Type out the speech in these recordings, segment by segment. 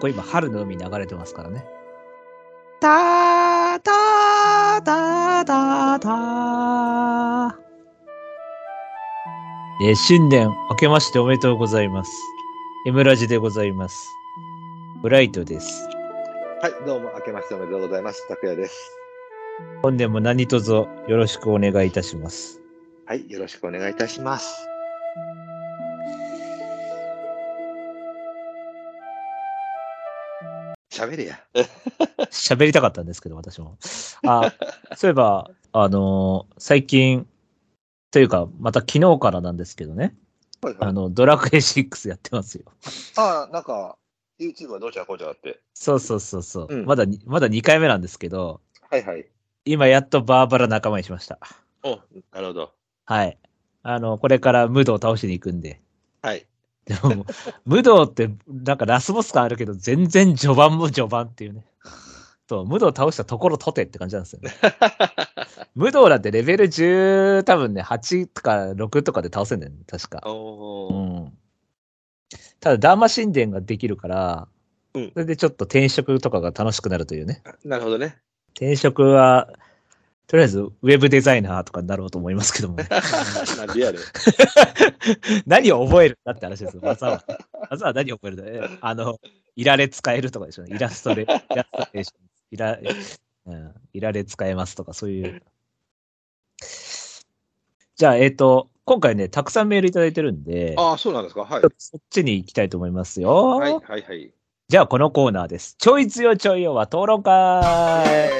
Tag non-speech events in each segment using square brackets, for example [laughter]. これ今、春の海流れてますからね。たーたーたーたーたー。えー新年明けましておめでとうございます。エムラジでございます。ブライトです。はい、どうも、明けましておめでとうございます。拓也です。本年も何卒よろしくお願いいたします。 [laughs] はい、よろしくお願いいたします。喋れや。喋りたかったんですけど、私も。あ、 [laughs] そういえば、あのー最近、というか、また昨日からなんですけどね、はいはあいの、ドラクエ6やってますよ。ああ、なんか、YouTube はどうちゃこうちゃって。そうそうそうそう。うんまだに、まだ2回目なんですけど、はいはい。今やっとバーバラ仲間にしました。お、なるほど。はい。あの、これからムードを倒しに行くんで。はい。で [laughs] も、武道って、なんかラスボス感あるけど、全然序盤も序盤っていうね。そう、武道を倒したところとてって感じなんですよ [laughs] ね。武道だってレベル10、多分ね、8とか6とかで倒せんだよね、確か。うおー。ん。ただ、ダーマ神殿ができるから、うんそれでちょっと転職とかが楽しくなるというね。なるほどね。転職は、とりあえず、ウェブデザイナーとかになろうと思いますけどもね。 [laughs] なリ [laughs] アル。何を覚えるんだって話ですよ。技は。技は何を覚えるんだえあの、いられ使えるとかでしょうね。イラストで、イラストレーションいら、うん、いられ使えますとか、そういう。じゃあ、えっ、と、今回ね、たくさんメールいただいてるんで、ああ、そうなんですか。はいちょっ。とそっちに行きたいと思いますよ。はいはいはい。じゃあ、このコーナーです。ちょい強ちょいよは討論会。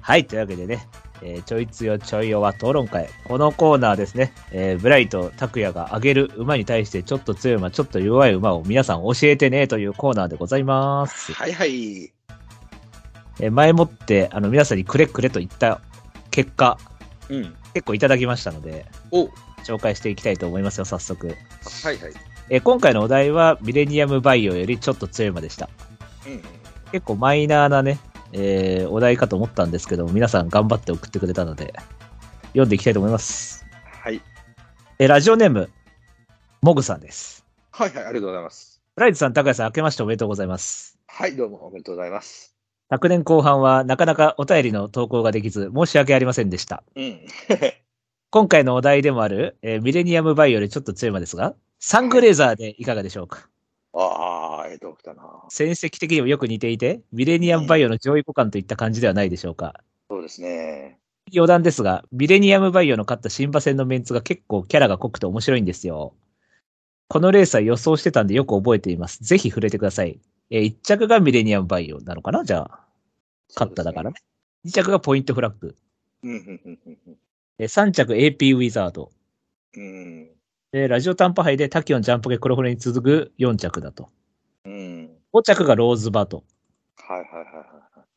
はい、というわけでね、えーちょいつよちょいよは討論会。このコーナーですね、えーブライト、タクヤが上げる馬に対してちょっと強い馬、ちょっと弱い馬を皆さん教えてねというコーナーでございます。はいはい。えー前もって、あの、皆さんにくれくれと言った結果、うん。結構いただきましたので、お、は紹介していきたいと思いますよ、早速。いはい。えー今回のお題は、ミレニアムバイオよりちょっと強い馬でした。うん。結構マイナーなね、えーお題かと思ったんですけども、皆さん頑張って送ってくれたので、読んでいきたいと思います。はい。えーラジオネーム、モグさんです。はいはい、ありがとうございます。ブライトさん、高谷さん、明けましておめでとうございます。はい、どうもおめでとうございます。昨年後半はなかなかお便りの投稿ができず、申し訳ありませんでした。うん。今回のお題でもある、えーミレニアムバイオよりちょっと強いまですが、サングレーザーでいかがでしょうかああ、ええとこ来たな。戦績的にもよく似ていて、ミレニアムバイオの上位互換といった感じではないでしょうか。そうですね。余談ですが、ミレニアムバイオの勝った新馬戦のメンツが結構キャラが濃くて面白いんですよ。このレースは予想してたんでよく覚えています。ぜひ触れてください。え1着がミレニアムバイオなのかなじゃあ、勝っただからね。2着がポイントフラッグ。そうですね。うん、うん、うんえ3着 AP ウィザード。うん、でラジオ短波杯でタキオンジャンポケ黒船に続く4着だと。うん。うん。 5着がローズバート。はいはいは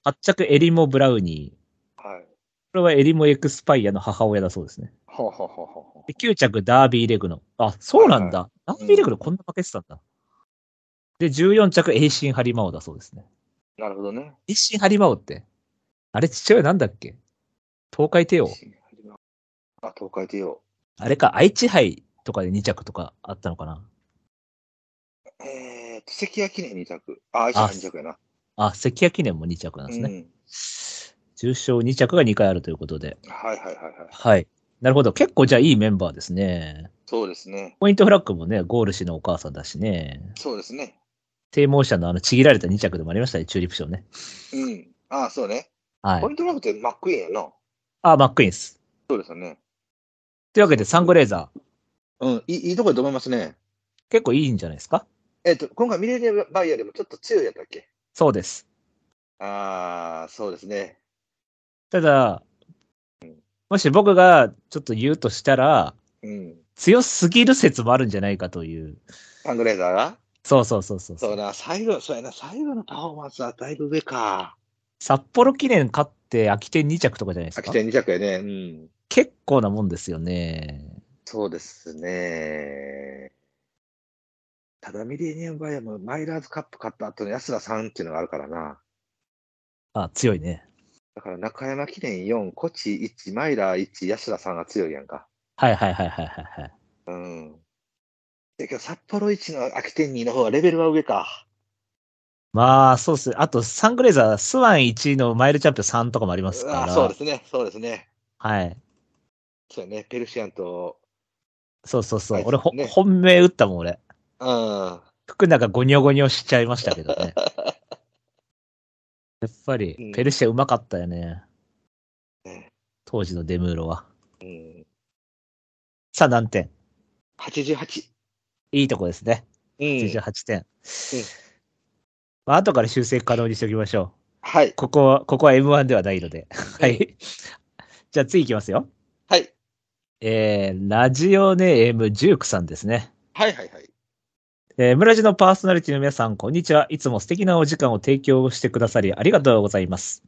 8着エリモ・ブラウニー。いはい。はい。これはエリモ・エクスパイアの母親だそうですね。ほうほうほうほうほで9着、ダービーレグノ。あ、そうなんだ。いダービーレグノこんな負けてたんだ。で、14着、エイシン・ハリマオだそうですね。う。なるほどね。エイシン・ハリマオって、あれ父親なんだっけ東海帝王。あ、東海帝王。あれか、愛知杯とかで2着とかあったのかな。えーと、関谷記念2着。あ、愛知あ2着やな。あ、関谷記念も2着なんうですね。ん。重賞2着が2回あるということで。はいはいはいはい。はい。なるほど。結構じゃあいいメンバーですね。そうですね。ポイントフラッグもね、ゴール氏のお母さんだしね。そうですね。低毛者のあのちぎられた2着でもありましたね、チューリップ賞ね。うん。あ、そうね。はポイい。ントラブってマックイーンやな。あ、マックイーンス。そうですよね。というわけで、サングレーザー。うん、いいいいとこで止めますね。結構いいんじゃないですかえっと、今回ミレニアムバイアでもちょっと強いやったっけそうです。ああ、そうですね。ただ、もし僕がちょっと言うとしたら、うん。強すぎる説もあるんじゃないかという。サングレーザーがそうそうそうそう。そうな、最後、そうやな、最後のパフォーマンスはだいぶ上か。札幌記念勝って秋天2着とかじゃないです秋か。田2着やね。うん。結構なもんですよね。そうですね。ただ、ミレニアムバイアもマイラーズカップ勝った後の安田さんっていうのがあるからな。あ、強いね。だから、中山記念4、コチ1、マイラー1、安田さんが強いやんか。はいはいはいはいはいはい。うん。だけど、札幌一の秋天2の方はレベルは上か。まあ、そうっす。あと、サングレーザー、スワン1のマイルチャンピオン3とかもありますかあら。そうですね、そうですね。はい。そうね、ペルシアンと、そうそうそう。はい俺、ほね本命打ったもん、俺。うん。服なんかゴニョゴニョしちゃいましたけどね。 [laughs] やっぱうりん、ペルシアうまかったよね。ね当時のデムーロは。うん、さあ、何点88。いいとこですね。うん。 98点。まあ、後から修正可能にしておきましょはい。う。ここは、ここは M1 ではないので。はい。じゃあ次いきますよ。はい。えー、ラジオネームジュークさんですね。はいはいはい。えー、村地のパーソナリティの皆さん、こんにちは。いつも素敵なお時間を提供してくださり、ありがとうございます。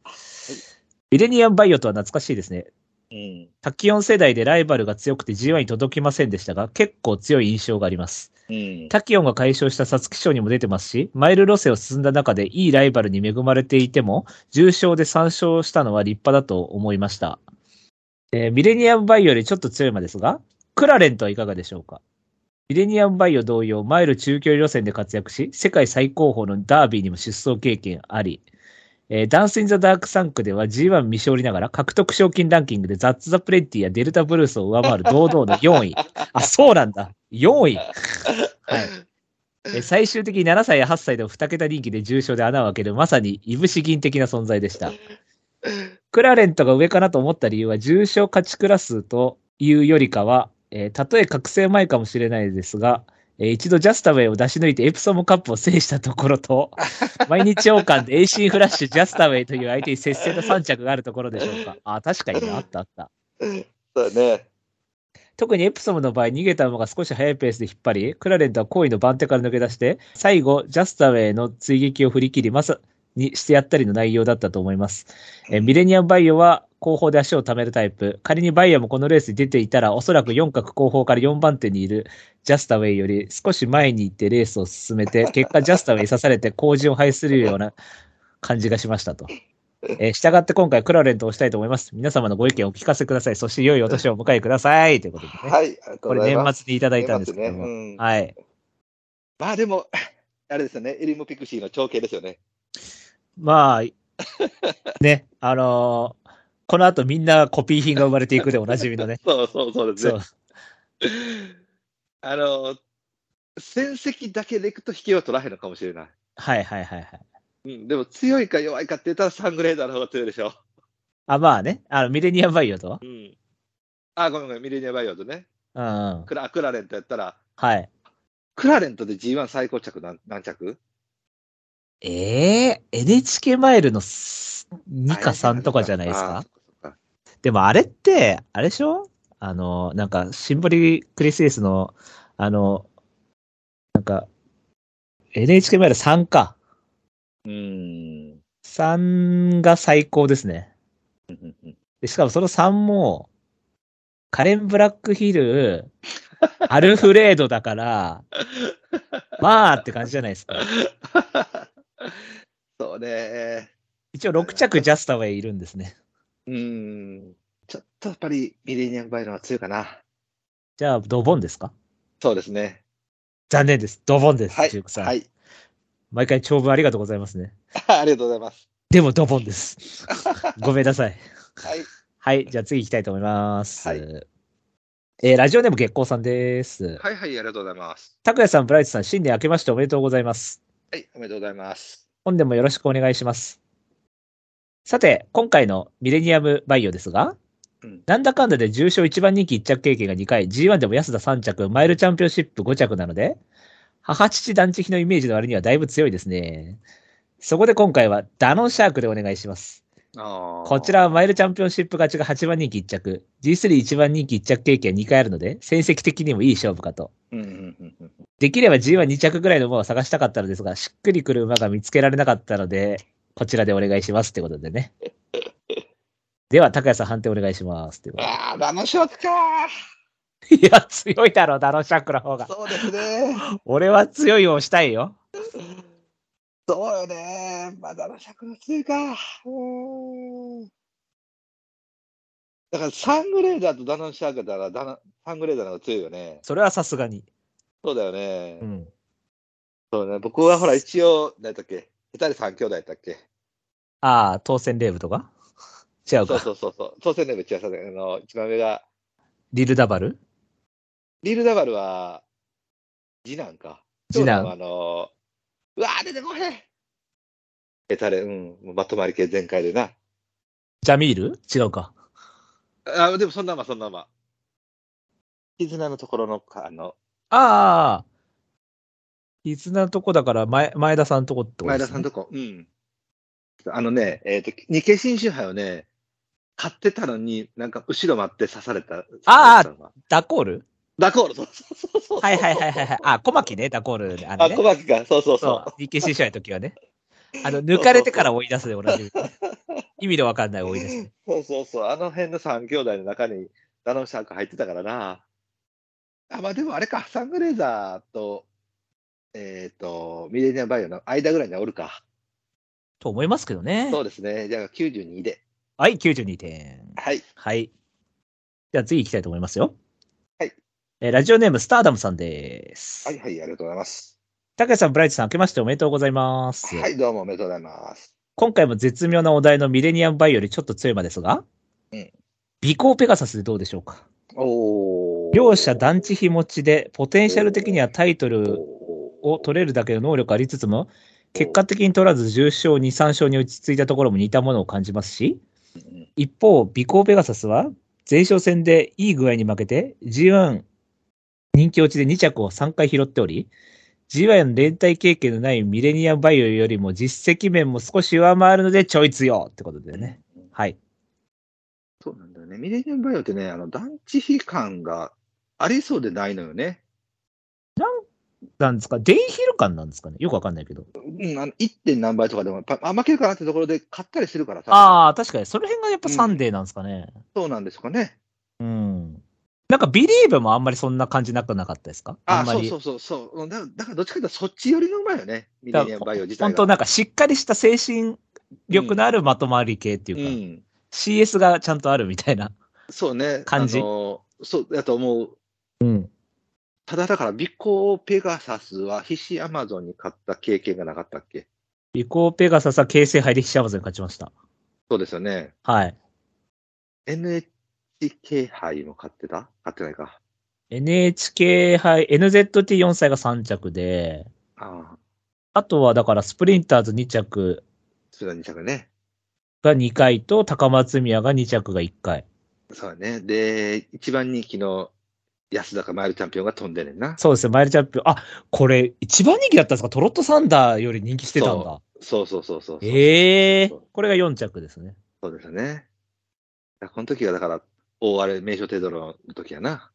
ミレニアムバイオとは懐かしいですね。うん。タキオン世代でライバルが強くて G1 に届きませんでしたが、結構強い印象があります。うん。タキオンが解消した皐月賞にも出てますし、マイル路線を進んだ中でいいライバルに恵まれていても、重賞で3勝したのは立派だと思いました。えーミレニアムバイオよりちょっと強い馬ですが、クラレンとはいかがでしょうかミレニアムバイオ同様、マイル中距離路線で活躍し、世界最高峰のダービーにも出走経験あり、えーダンス・イン・ザ・ダーク・サンクでは G1 未勝利ながら獲得賞金ランキングでザッツ・ザ・プレッティやデルタ・ブルースを上回る堂々の4位。あ、そうなんだ。4位。はい。えー最終的に7歳や8歳でも2桁人気で重賞で穴を開ける、まさにいぶし銀的な存在でした。クラレントが上かなと思った理由は、重賞勝ちクラスというよりかは、えーたとえ覚醒前かもしれないですが、えー一度ジャスタウェイを出し抜いてエプソムカップを制したところと、毎日王冠で AC フラッシュ、ジャスタウェイという相手に接戦の3着があるところでしょうか。あ、確かにねあったあった。そうだね。特にエプソムの場合、逃げた馬が少し速いペースで引っ張り、クラレントは好意の番手から抜け出して、最後、ジャスタウェイの追撃を振り切り、まさにしてやったりの内容だったと思います。えーミレニアムバイオは後方で足を貯めるタイプ。仮にバイオもこのレースに出ていたら、おそらく4角後方から4番手にいるジャスタウェイより少し前に行ってレースを進め [laughs] て、結果ジャスタウェイに刺されて後陣を排するような感じがしましたと。えー、従って今回クラレントをしたいと思います。皆様のご意見をお聞かせください。そして良いお年をお迎えください。ということでね。はい。ありがとうこごれざいま年す末にいただいたんですけども。年末ねうんはい。まあでも、あれですよね。エリムピクシーの長兄ですよね。。まあ、ね、あのーこの後みんなコピー品が生まれていくでおなじみのねそうそうそうで [laughs] すそねう。。あの、戦績だけでいくと引けは取らへんのかもしれない。はいはいはいはい。うん、でも強いか弱いかって言ったらサングレーザーの方が強いでしょ。あ、まあね。あの、ミレニアムバイオとは。うん。あ、ごめんごめん、ミレニアムバイオとね。うんうん。クラクラレントやったら、はい。クラレントで G1 最高着何何着ええ NHK マイルのす2か3とかじゃないですあか。そっそっかでもあれって、あれでしょあの、なんか、シンボリクリスエスの、あの、なんか、NHK マイル3か。うーん。 3が最高ですね。でしかもその3も、カレン・ブラックヒル、 [laughs] アルフレードだから、まあって感じじゃないですか。 [laughs] そうね。一応6着ジャスタウェイいるんですね。うーん。ちょっとやっぱりミレニアムバイオの方が強いかな。じゃあ、ドボンですかそうですね。残念です。ドボンです。はい。中国さん。はい。 [laughs] 毎回長文ありがとうございますね。ありがとうございます。でもドボンです。 [laughs] ごめんなさい。はい。はい、じゃあ次行きたいと思います。はいえーラジオネーム月光さんです。はいはい、ありがとうございます。拓也さん、ブライトさん、新年明けましておめでとうございます。はい、おめでとうございます。本年もよろしくお願いします。さて、今回のミレニアムバイオですが、うんなんだかんだで重賞1番人気1着経験が2回、G1 でも安田3着、マイルチャンピオンシップ5着なので、母父団地比のイメージの割にはだいぶ強いですね。そこで今回はダノンシャークでお願いします。ここちらはマイルチャンピオンシップ勝ちが8番人気1着、G31 番人気1着経験2回あるので、戦績的にもいい勝負かと。うんうんうんうんできれば G12 着ぐらいの馬を探したかったのですが、しっくりくる馬が見つけられなかったので、こちらでお願いしますってことでね。では、高谷さん判定お願いしますっていうこああ、ダノショックかと [laughs] で。いや、強いだろう、ダノンシャックの方が。そうですね。俺は強いをしたいよ。そうよね。まあ、ダノショックの強いか。うーんだからサングレーダーとダナンシャークだからダナ、サングレーダーの方が強いよね。それはさすがに。そうだよね。うん。そうね。僕はほら、一応、何だっけ、二人三兄弟だったっけ。ああ、当選レーブとか違うそうか。そうそうそう。当選の違う、そうねあの、一番上が、リルダバルリールダバルは、次男か。次男長はあの、うわー、出てこへん。え、誰、うん、もうまとまり系全開でな。ジャミール違うか。あ、でもそんなま、そんなま。絆のところの、あの、ああ。絆のとこだから前、前田さんのとこってこと前です、ね、田さんとこ。うん。あのね、えっ、と、日経新春杯をね、買ってたのに、なんか後ろ待って刺された。あー刺されたのがダコールダコール、そうそうそうそう。はいはいはいはいはい。あ、小牧ね、ダコール。あのあ、ね、小牧か、そうそそ。うそう。日経新社の時はね。あの、抜かれてから追い出すで同じみ。意味のわかんないう追い出す。そうそうそう、あの辺の三兄弟の中に、ダノンシャーク入ってたからな。あ、まあでもあれか、サングレーザーと、えっ、と、ミレニアムバイオの間ぐらいにはおるか。と思いますけどね。そうですね、じゃあ92で。はい、92点。はい。はい。じゃあ次行きたいと思いますよ。はい。えーラジオネーム、スターダムさんです。はいはい、ありがとうございます。高橋さん、ブライトさん、明けましておめでとうございます。はい、どうもおめでとうございます。今回も絶妙なお題のミレニアムバイよりちょっと強いまですが、うん微光ペガサスでどうでしょうかおー両者団地日持ちで、ポテンシャル的にはタイトルをを取れるだけの能力ありつつも、結果的に取らず10勝2、3勝に落ち着いたところも似たものを感じますし、一方、微光ペガサスは、前哨戦でいい具合に負けて、G1 人気落ちで2着を3回拾っており、G1 連帯経験のないミレニアムバイオよりも実績面も少し上回るのでちょい強ってことでね。はい。そうなんだよね。ミレニアムバイオってね、あの、団地悲観がありそうでないのよね。なんですかデイヒル感なんですかねよくわかんないけど。うん、あの 1. 点何倍とかでも、パあ、負けるかなってところで買ったりしてるからさ。ああ、確かに。その辺がやっぱサンデーなんですかね。そうなんでしょうかね。うん。なんかビリーブもあんまりそんな感じなくなかったですかあんまそうり。そうそうそう。うんだだからどっちかというとそっち寄りの馬よね。ミレニアムバイオ自体が。本当なんかしっかりした精神力のあるまとまり系っていううか、ん。 CS がちゃんとあるみたいな。そうね。感じあのそう、だと思う。うん。ただだから、ビコペガサスは必死アマゾンに買った経験がなかったっけリコーペガサスは形成杯でヒシャマゾンに勝ちました。そうですよね。はい。 NHK 杯も買ってた買ってないか。 NHK 杯、NZT4 歳が3着で、ああ、あとはだからスプリンターズ2着それは2着ね。が2回と、高松宮が2着が1回。そうだね。で、一番人気の安坂マイルチャンピオンが飛んでんねんな。そうですね、マイルチャンピオン。あ、これ、一番人気だったんですかトロットサンダーより人気してたんだ。そうそうそうそうそう。ええそうこれが4着ですね。そうですね。だからこの時がだから、大荒れ名所テドロの時やな。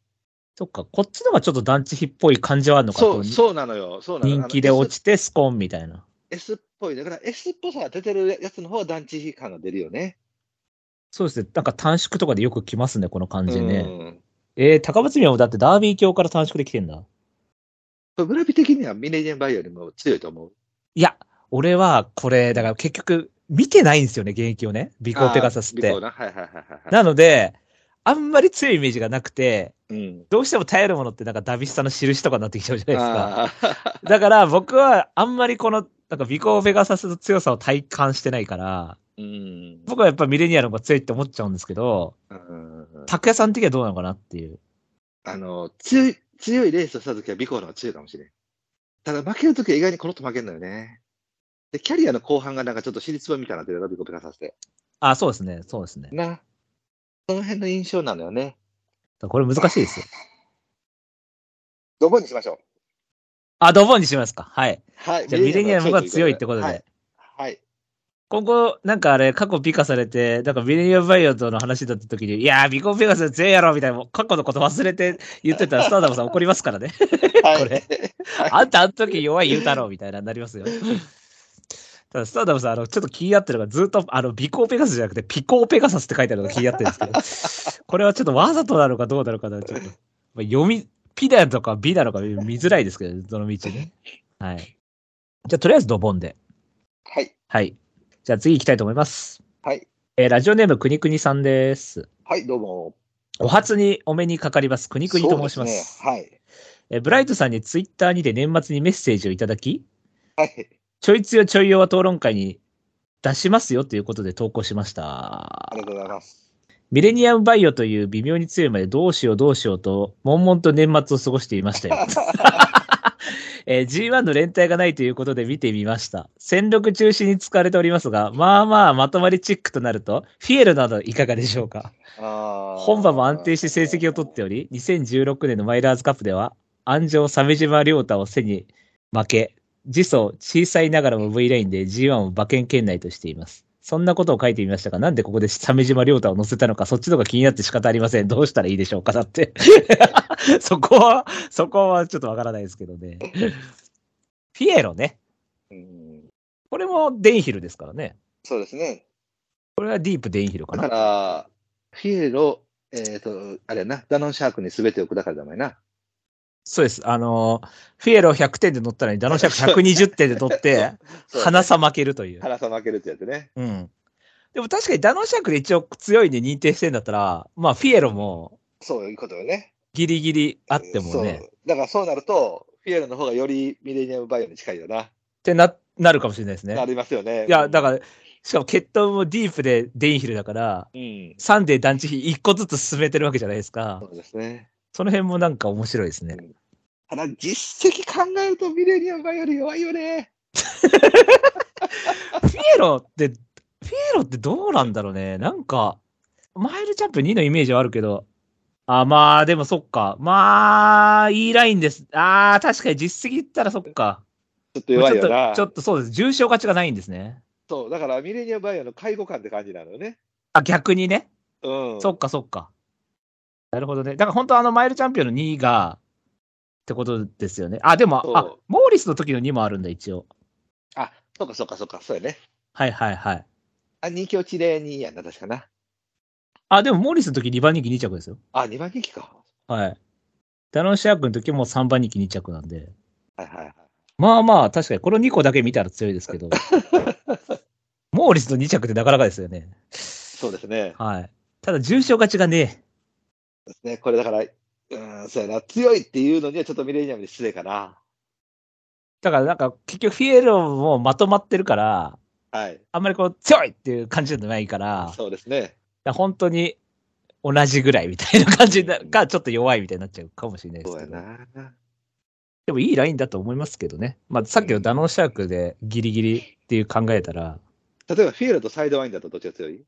そっか、こっちのがちょっと団地比っぽい感じはあるのかそう、とそうなのよ。そうなの人気で落ちちてスコーンみたいな。 S っぽい。だから S っぽさが出てるやつの方が団地比感が出るよね。そうですね。なんか短縮とかでよく来ますね、この感じうね。ん。えー、高松宮もだってダービー卿から短縮できてんだ。これ村人的にはミレニアムバイオよりも強いと思う。いや、俺はこれ、だから結局、見てないんですよね、現役をね。ビコペガサスっあーて尾行。な。はいはいはいはい。なので、あんまり強いイメージがなくて、うん。どうしても耐えるものってなんかダビスタの印とかになってきちゃうじゃないですか。あーだから僕はあんまりこの、なんかビコペガサスの強さを体感してないから、うん。僕はやっぱミレニアルの方が強いって思っちゃうんですけど、うん拓也さん的にはどうなのかなっていう。あの、強い、強いレースをした時はビコの方が強いかもしれん。ただ負ける時は意外にこの人負けんのよね。で、キャリアの後半がなんかちょっと尻つぼみたいになってるな、ビコペガサスで。あ、そうですね、そうですね。だかな。その辺の印象なのよね。らこれ難しいですよ。どこにしましょう。あ、ドボンにしますか。はい。はい。じゃあミレニアムが強いってことで。はい。はい。今後、なんかあれ、過去美化されて、なんかミレニアムバイオとの話だった時に、いやー、ビコンペガス強いやろみたいな、もう過去のこと忘れて言ってたら、スターダムさん怒りますからね。はいこれあんたあの時弱い言うたろみたいな、なりますよ。ただ、スターダムさん、あの、ちょっと気になってるのが、ずっと、あの、ビコーペガスじゃなくて、ピコーペガサスって書いてあるのが気になってるんですけど、これはちょっとわざとなのかどうなのかな、ちょっと。まあ、読み、ピなのかビなのか見づらいですけど、どの道ね。はい。じゃあ、とりあえずドボンで。はい。はい。じゃあ次行きたいと思います。はい。えーラジオネームくにくにさんです。はい、どうも。お初にお目にかかります。くにくにと申します。そうですねえーブライトさんにツイッターにて年末にメッセージをいただき、はい。はい。ちょいつよちょいよは討論会に出しますよということで投稿しましたあり。がとうございます。ミレニアムバイオという微妙に強いまでどうしようどうしようと、悶々と年末を過ごしていましたよ。 [laughs] えー G1 の連帯がないということで見てみました。戦力中心に使われておりますが、まあまあまとまりチックとなると、フィエルなどいかがでしょうかあー本場も安定して成績を取っており、2016年のマイラーズカップでは、安城鮫島亮太を背に負け、次走小さいながらも V ラインで G1 を馬券圏内としています。そんなことを書いてみましたが、なんでここで鮫島亮太を乗せたのか、そっちの方が気になって仕方ありません。どうしたらいいでしょうかだって。 [laughs] そこは、そこはちょっとわからないですけどね。フィエロね。うんこれもデンヒルですからね。そうですね。これはディープデンヒルかだかな。ら、フィエロ、えっ、と、あれやな、ダノンシャークに全てを砕かれたまえな。そうです。あの、フィエロ100点で乗ったのに、ダノンシャーク120点で乗って、 [laughs] そう花さ負けるという。花さ負けるってやつね。うん。でも確かにダノンシャークで一応強いに認定してんだったら、まあフィエロもそういうことよね。ギリギリあってもね。っそう。だからそうなると、フィエロの方がよりミレニアムバイオに近いよな。てな、なるかもしれないですなね。りますよね。いや、だら。から、しかも決闘もディープでデインヒルだから、うん。サンデー団地比一個ずつ進めてるわけじゃないですかそ。うですね。その辺もなんか面白いですね。ただ、実績考えるとミレニアムバイオより弱いよね。フィエロって、フィエロってどうなんだろうね。なんか、マイルチャンプ2のイメージはあるけど、あ、まあ、でもそっか。まあ、いいラインです。ああ、確かに実績言ったらそっか。ちょっと弱いよまあちょっとちょな。っとそうです。重症勝ちがないんですね。そう、だからミレニアムバイオの介護官って感じなのよね。あ、逆にね。うん。そっかそっか。なるほどね。だから本当あのマイルチャンピオンの2が、ってことですよね。あ、でも、そうあ、モーリスの時の2もあるんだ、一応。あ、そうかそうかそうか、そうやね。はいはいはい。あ、2強地で2やんな、確かな。あ、でもモーリスの時2番人気2着ですよ。あ、2番人気か。はい。ダノンシャークの時も3番人気2着なんで。はいはいはい。まあまあ、確かにこの2個だけ見たら強いです [laughs] けど。モーリスの2着ってなかなかですよね。そうですね。はい。ただ重症勝ちがね、ね、これだから、うん、そうやな、強いっていうのにはちょっとミレニアムで失礼かな。だからなんか結局フィエロもまとまってるから、はい。あんまりこう強いっていう感じじゃないから、だかそうですね。ら本当に同じぐらいみたいな感じなうんがちょっと弱いみたいになっちゃうかもしれないでそすうけやど。な。でもいいラインだと思いますけどね。まあさっきのダノンシャークでギリギリっていう考えたら、例えば、フィエロとサイドワインだとどっちが強い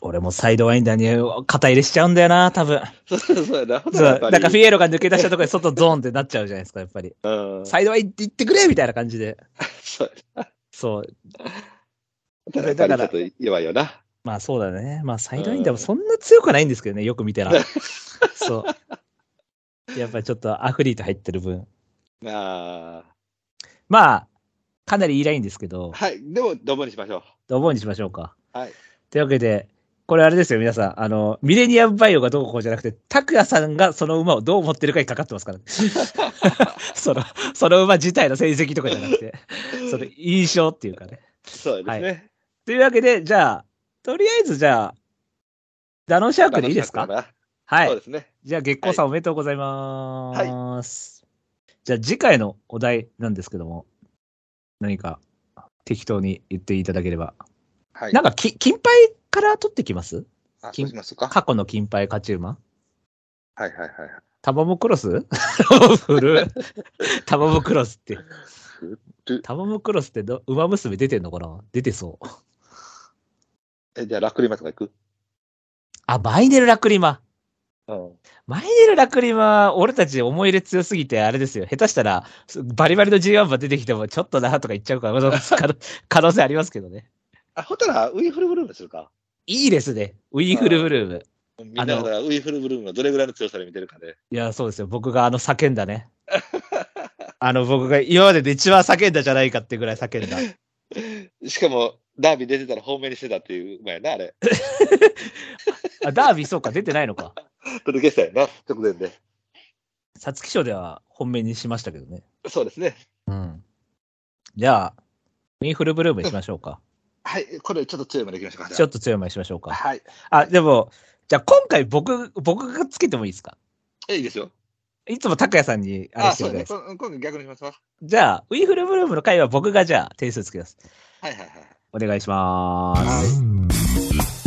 俺もサイドワインダーに肩入れしちゃうんだよな、多分。そうそうやな。ほそう。ななんかフィエエロが抜け出したところで外ゾーンってなっちゃうじゃないですか、やっぱり。ロ。うん。サイドワインって言ってくれみたいな感じで。そうそう。やな。だから、ちょっと弱いよな。まあそうだね。まあサイドインダーもそんな強くはないんですけどね、よく見たら。そう。やっぱりちょっとアフリート入ってる分。あまあ、かなりいいラインですけどあ。、はい。でも、ドボにしましょう。ドボンにしましょうか。はい。というわけで、これあれですよ、皆さん。あの、ミレニアムバイオがどうこうじゃなくて、拓也さんがその馬をどう思ってるかにかかってますから、 [laughs] ね、その、その馬自体の成績とかじゃなくて、その印象っていうかね。そうですね。というわけで、じゃあ、とりあえずじゃあ、ダノンシャークでいいですか楽しはったいそう。ですね。じゃあ、月光さんおめでとうございます。じゃあ、次回のお題なんですけども、何か適当に言っていただければ。はい。なんかき、金牌から取ってきますあそうしますか。過去の金牌勝ち馬はいはいはいはい。タバモクロス [laughs] 古い [laughs] タバモクロスってる。タバモクロスってど馬娘出てんのかな出てそう。え、じゃあ、ラックリマとか行くあ、マイネル・ラクリマ。うん。マイネル・ラクリマ、俺たち思い入れ強すぎて、あれですよ。下手したら、すバリバリの G1 馬出てきても、ちょっとなとか言っちゃうから、 [laughs] 可能可能性ありますけどね。あ、ほたら、ウィフルブルームにするか。いいですね。ウィーフル・ブルーム。みんながだからウィフルブルームがどれぐらいの強さで見てるかで。いや、そうですよ。僕があの叫んだね。あの僕が今までで一番叫んだじゃないかってぐらい叫んだ。しかも、ダービー出てたら本命にしてたっていう馬やな、あれ。あダービーそうか、出てないのか。届けしたやな、直前で。皐月賞では本命にしましたけどね。そうですね。 [laughs] うん。じゃあ、ウィーフル・ブルームにしましょうか。はい、これちょっと強いまでいきましょうか。ちょっと強めにしましょうか。はい。あ、でも、じゃあ今回僕、僕がつけてもいいですかえ、いいですよ。いつも拓也さんにあれあ、してそるうじゃないね。ですか。こ今度逆にしますわ。じゃあ、ウィーフルブルームの回は僕がじゃあ点数つけます。はいはいはい。お願いしまはす。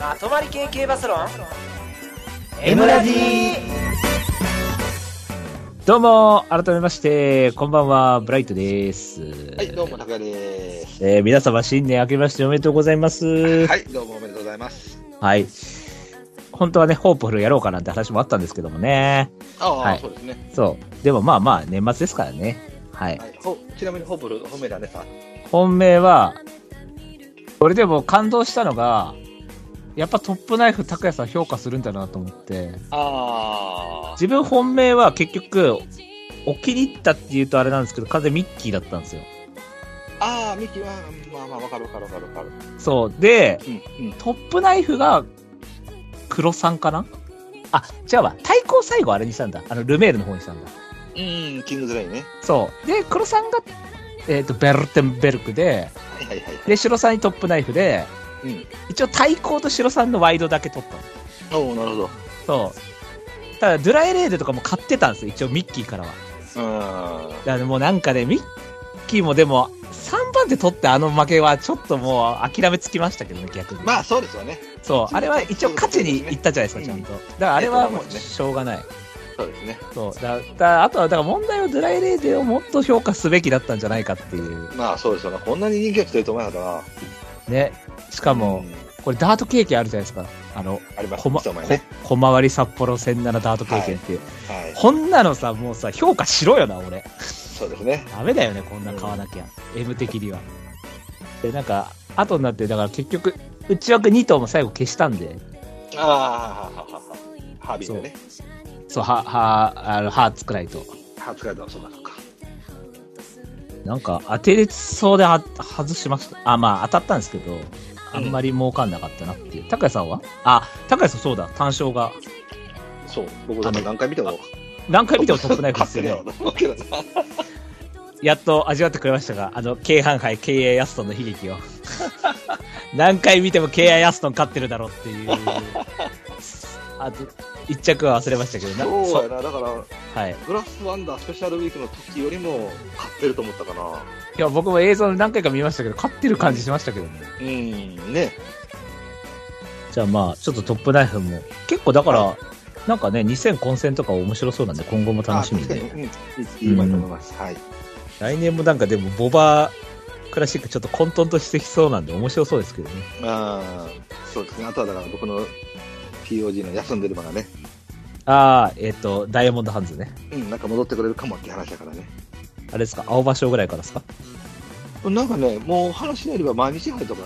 まとまり系系バスロン M ラジどうも、改めまして、こんばんは、ブライトです。はい、どうも、高谷です。えー皆様、新年明けましておめでとうございます。はい、どうもおめでとうございます。はい。本当はね、ホープフルやろうかなんて話もあったんですけどもね。ああ、はいそうですね。そう。でもまあまあ、年末ですからね。はい。はい、ほちなみにホープル、ホメラねさん。本命は、それでも感動したのが、やっぱトップナイフ拓也さん評価するんだなと思って、あ自分本命は結局、お気に入ったっていうとあれなんですけど、完全にミッキーだったんですよ。あ。ああ、ミキは、まあまあ、わかるわかるわかるわかる。そう。で、うん、うん。トップナイフが黒さんかなあ、違うわ。対抗最後あれにしたんだ。あの、ルメールの方にしたんだ。うん、キングズレイね。そう。で、黒さんが、えっ、と、ベルテンベルクで、はいはいはい。で、白さんにトップナイフで、うん。一応対抗と白さんのワイドだけ取ったの。おおなるほど。そう。ただ、ドゥライレーデとかも買ってたんですよ、一応ミッキーからは。うん。だからもうなんかね、ミッキーもでも、3番手取ってあの負けはちょっともう諦めつきましたけどね、逆に。まあ、そうですよね。そう、あれは一応勝ちにいったじゃないですか、ちゃんと。だからあれはもうしょうがない。そうですね。そう。だだあとは、だから問題はドゥライレーデをもっと評価すべきだったんじゃないかっていう。まあ、そうですよね。こんなに人気が来てると思わなかっね。したかな。もう、んこれダート経験あるじゃないですか。あの、あります。こま、一こ枚ね。小回り札幌戦7ダート経験っていう。はい。こんなのさ、もうさ、評価しろよな、俺。そうですね。ダメだよね、こんな買わなきゃ。M 的には。で、なんか、後になって、だから結局、内枠2頭も最後消したんで、ああ、はははは。ハービーでね。そう、は、は、あの、ハーツくらいと。ハーツカードはそうかそうか。なんか、当てれそうでは外しました。あ、まあ、当たったんですけど、あんまり儲かんなかったなっていう。高谷さんはあ、高谷さんそうだ、単勝が。そう。僕、だから何回見ても。何回見てもトップナイフですよね [laughs] 勝。ってねえわと思うけどな。やっと味わってくれましたが、あの、京阪杯、経営安トの悲劇を。 [laughs] 何回見ても経営安ト勝ってるだろうっていう。あと、一着は忘れましたけどなそうそやうな、だから、はい。グラスワンダースペシャルウィークの時よりも買ってると思ったかな。いや、僕も映像何回か見ましたけど、勝ってる感じしましたけどね。うん、ね。じゃあまあ、ちょっとトップナイフも。結構だから、なんかね、2000混戦とか面白そうなんで、今後も楽しみあ確で。かにうん、いいいいわと思います。はい。来年もなんかでも、ボバクラシックちょっと混沌としてきそうなんで、面白そうですけどね。あーそうですね。あとはだから僕の POG の休んでる場がね、ああ、えっ、と、ダイヤモンドハンズね。うん、なんか戻ってくれるかもって話だからね。あれですか、青葉賞ぐらいからですかなんかね、もう話によれば毎日杯とか、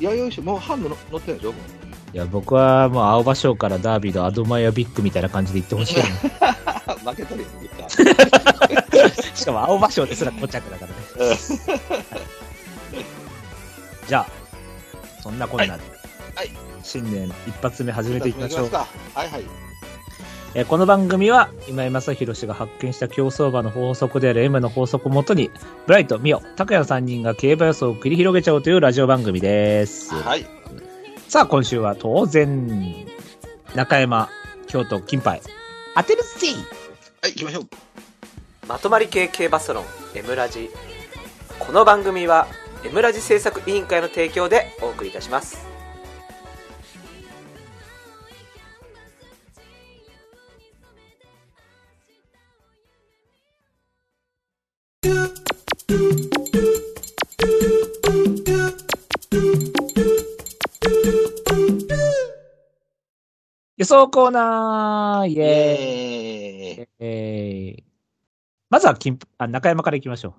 弥生賞、もうハンドの乗ってるでしょもういや、僕はもう青葉賞からダービーのアドマイアビッグみたいな感じで行ってほしいな。負けとるよ、言っ [laughs] たしかも青葉賞ですら5着だからね。 [laughs] じゃあ、そんなこんなで。はいはい新年一発目始めていきましょ行うき。ますかはいはい。えーこの番組は今井正弘氏が発見した競走馬の法則である M の法則をもとに、ブライト、ミオ、拓也の3人が競馬予想を繰り広げちゃおうというラジオ番組です。はい。さあ、今週は当然、中山、京都、金杯。当てるぜはい、行きましょう。まとまり系系バスロン M ラジこの番組は M ラジ制作委員会の提供でお送りいたします予想コーナーイイエーイエーイ。えーまずは金あ中山からいきましょ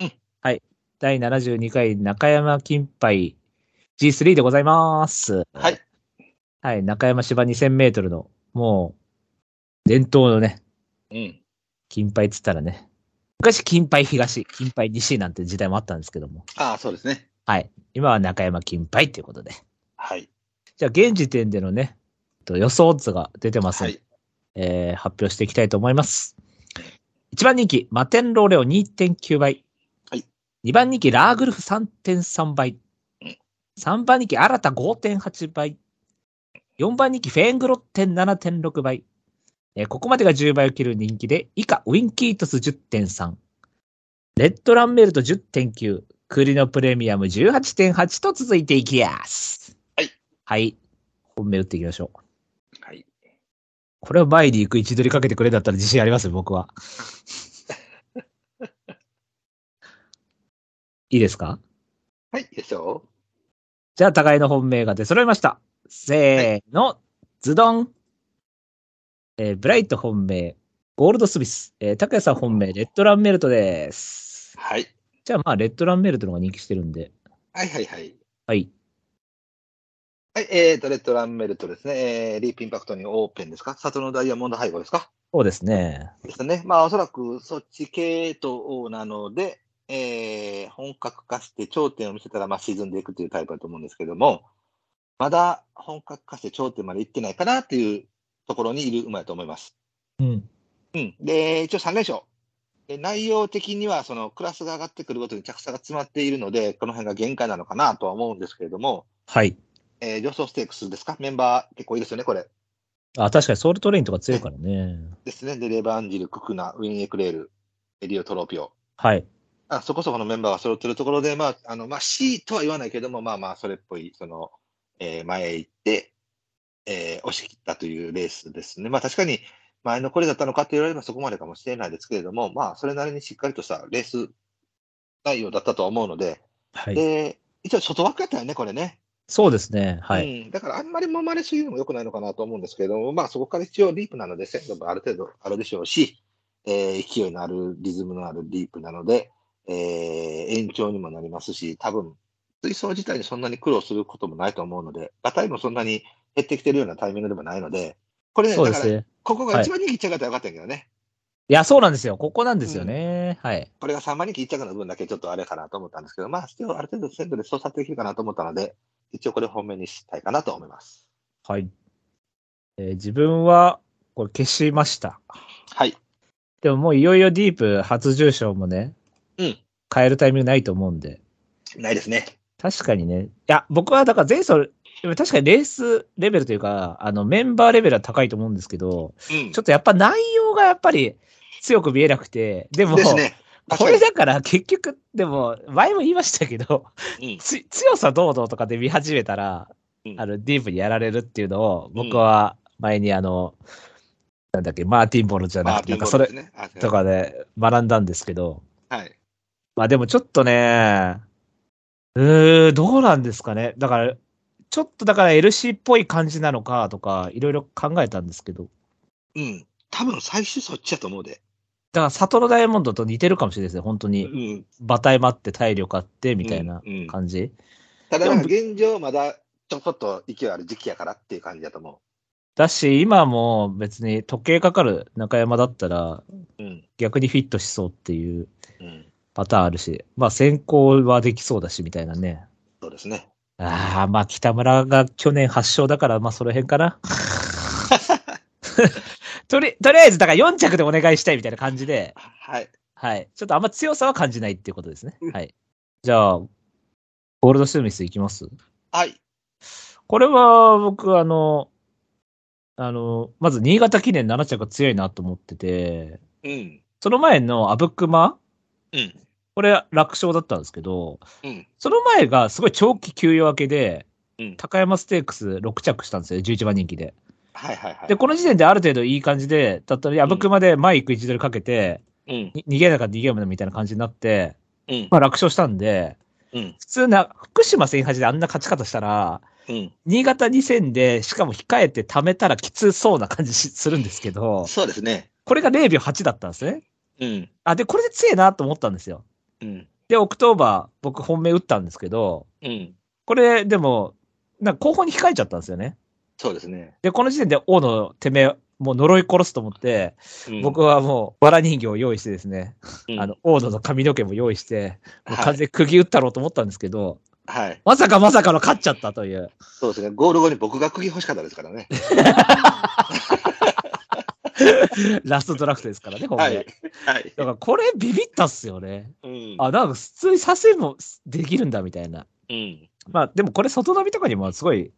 う。うんはい。第72回中山金杯 G3 でございます。はい。はい。中山芝2000メートルの、もう、伝統のね、うん。金杯っつったらね、昔、金牌東、金牌西なんて時代もあったんですけども。ああ、そうですね。はい。今は中山金牌ということで。はい。じゃあ、現時点でのね、えっと予想図が出てますはんで、い。えー発表していきたいと思います。1番人気、マテンローレオ2.9倍。はい2番人気、ラーグルフ3.3倍うん。 3番人気、新た5.8倍。4番人気、フェーングロッテン7.6倍。えーここまでが10倍を切る人気で、以下、ウィンキートス10.3。レッドランメルト10.9。クリノプレミアム18.8と続いていきやす。はい。はい。本命打っていきましょう。はい。これは前に行く位置取りかけてくれだったら自信ありますよ、僕は。いいですかはい。いいでしょう。じゃあ、互いの本命が出揃いました。せーの、ズドン。えーブライト本命、ゴールドスミス。えー、タクヤさん本命、レッドランメルトです。はい。じゃあ、まあ、レッドランメルトの方が人気してるんで。はいはいはい。はい。はい。えーと、レッドランメルトですね。えー、リープインパクトにオープンですか里のダイヤモンド背後ですかそうですね。ですね。まあ、おそらくそっち系統なので、えー本格化して頂点を見せたら、まあ、沈んでいくというタイプだと思うんですけども、まだ本格化して頂点まで行ってないかなっていうところにいる馬だと思います。うん。うん。で、一応3連勝。で内容的には、そのクラスが上がってくるごとに着差が詰まっているので、この辺が限界なのかなとは思うんですけれども、はい。えー、上層ステークスですかメンバー結構いいですよね、これ。あ、確かにソウルトレインとか強いからね。ですね。で、レバンジル、ククナ、ウィン・エクレール、エリオ・トロピオ。はい。あそこそこのメンバーが揃ってるところで、まあ、あの、まあ、C とは言わないけども、まあまあ、それっぽい、その、えー前へ行って、えー押し切ったというレースですね。まあ、確かに、前のこれだったのかと言われればそこまでかもしれないですけれども、まあ、それなりにしっかりとしたレース内容だったとは思うので、はい。で、一応外枠やったよね、これね。そうですね。はい。うん。だから、あんまり揉まれすぎるのも良くないのかなと思うんですけれども、まあ、そこから一応リープなので、鮮度もある程度あるでしょうし、えー勢いのある、リズムのあるリープなので、えー延長にもなりますし、多分、水槽自体にそんなに苦労することもないと思うので、馬体もそんなに減ってきてるようなタイミングでもないので、これね、そうだでかすら、ね。ここが一番人気1着だったらよかったんやけどね。いや、そうなんですよ。ここなんですよね。はい。これが3万人気1着の分だけちょっとあれかなと思ったんですけど、まあ、一応ある程度鮮度で操作できるかなと思ったので、一応これ本命にしたいかなと思います。はい。えー自分は、これ消しました。はい。でももういよいよディープ初重賞もね、うん変えるタイミングないと思うんで。ないですね。確かにね。いや、僕はだから前走、でも確かにレースレベルというか、あの、メンバーレベルは高いと思うんですけど、うんちょっとやっぱ内容がやっぱり強く見えなくて、でも、ですね。これだから結局、でも、前も言いましたけど、確かに、うんつ強さどうどうとかで見始めたら、うんあのディープにやられるっていうのを僕は前にあの、なんだっけマーティンボルじゃまなあくてなんビかンそゴでれすね。あとかで学んだんですけどはい。まあでもちょっとねうーんどうなんですかねだからちょっとだから LC っぽい感じなのかとかいろいろ考えたんですけどうん。多分最終そっちやと思うで。だから里のダイヤモンドと似てるかもしれないですね本当うにん。馬体待って体力あってみたいなうんうん感じ、ただ、なんか現状まだちょこっと勢いある時期やからっていう感じだと思だし今も別に時計かかる中山だったらう。うん。逆にフィットしそうっていううん。パターンあるし、まあ先行はできそうだしみたいなね。そうですね。ああ、まあ北村が去年発勝だから、まあその辺か [laughs] な。とり、とりあえず、だから4着でお願いしたいみたいな感じで、はい。はい。ちょっとあんま強さは感じないっていうことですね。はい。じゃあ、ゴールドスミスいきますはい。これは僕、あの、あの、まず新潟記念7着が強いなと思ってて、うん。その前のアブクマうん。これ楽勝だったんですけど、うん。その前がすごい長期休養明けで、うん高山ステークス6着したんですよ、11番人気で。はいはいはい。で、この時点である程度いい感じで、だったり、あぶくまでマイク1ドルかけて、うん。に逃げなか逃げなみたいな感じになって、うん。まあ楽勝したんで、うん。普通な、福島1008であんな勝ち方したら、うん。新潟2000で、しかも控えて貯めたらきつそうな感じしするんですけど、そうですね。これが0秒8だったんですね。うん。あ、で、これで強いなと思ったんですよ。うん。で、オクトーバー、僕本命打ったんですけど、うん。これ、でも、なんか後方に控えちゃったんですよね。そうですね。で、この時点で王の手目もう呪い殺すと思って、うん僕はもう、わら人形を用意してですね、うんあの、王野の髪の毛も用意して、もうはい完全に釘打ったろうと思ったんですけど、はい。まさかまさかの勝っちゃったという。そうですね。ゴール後に僕が釘欲しかったですからね。ラストドラフトですからね、今は回。い。はい。だからこれビビったっすよね。うん。あ、なんか普通に左遷もできるんだみたいな。うん。まあでもこれ外並びとかにもすごい、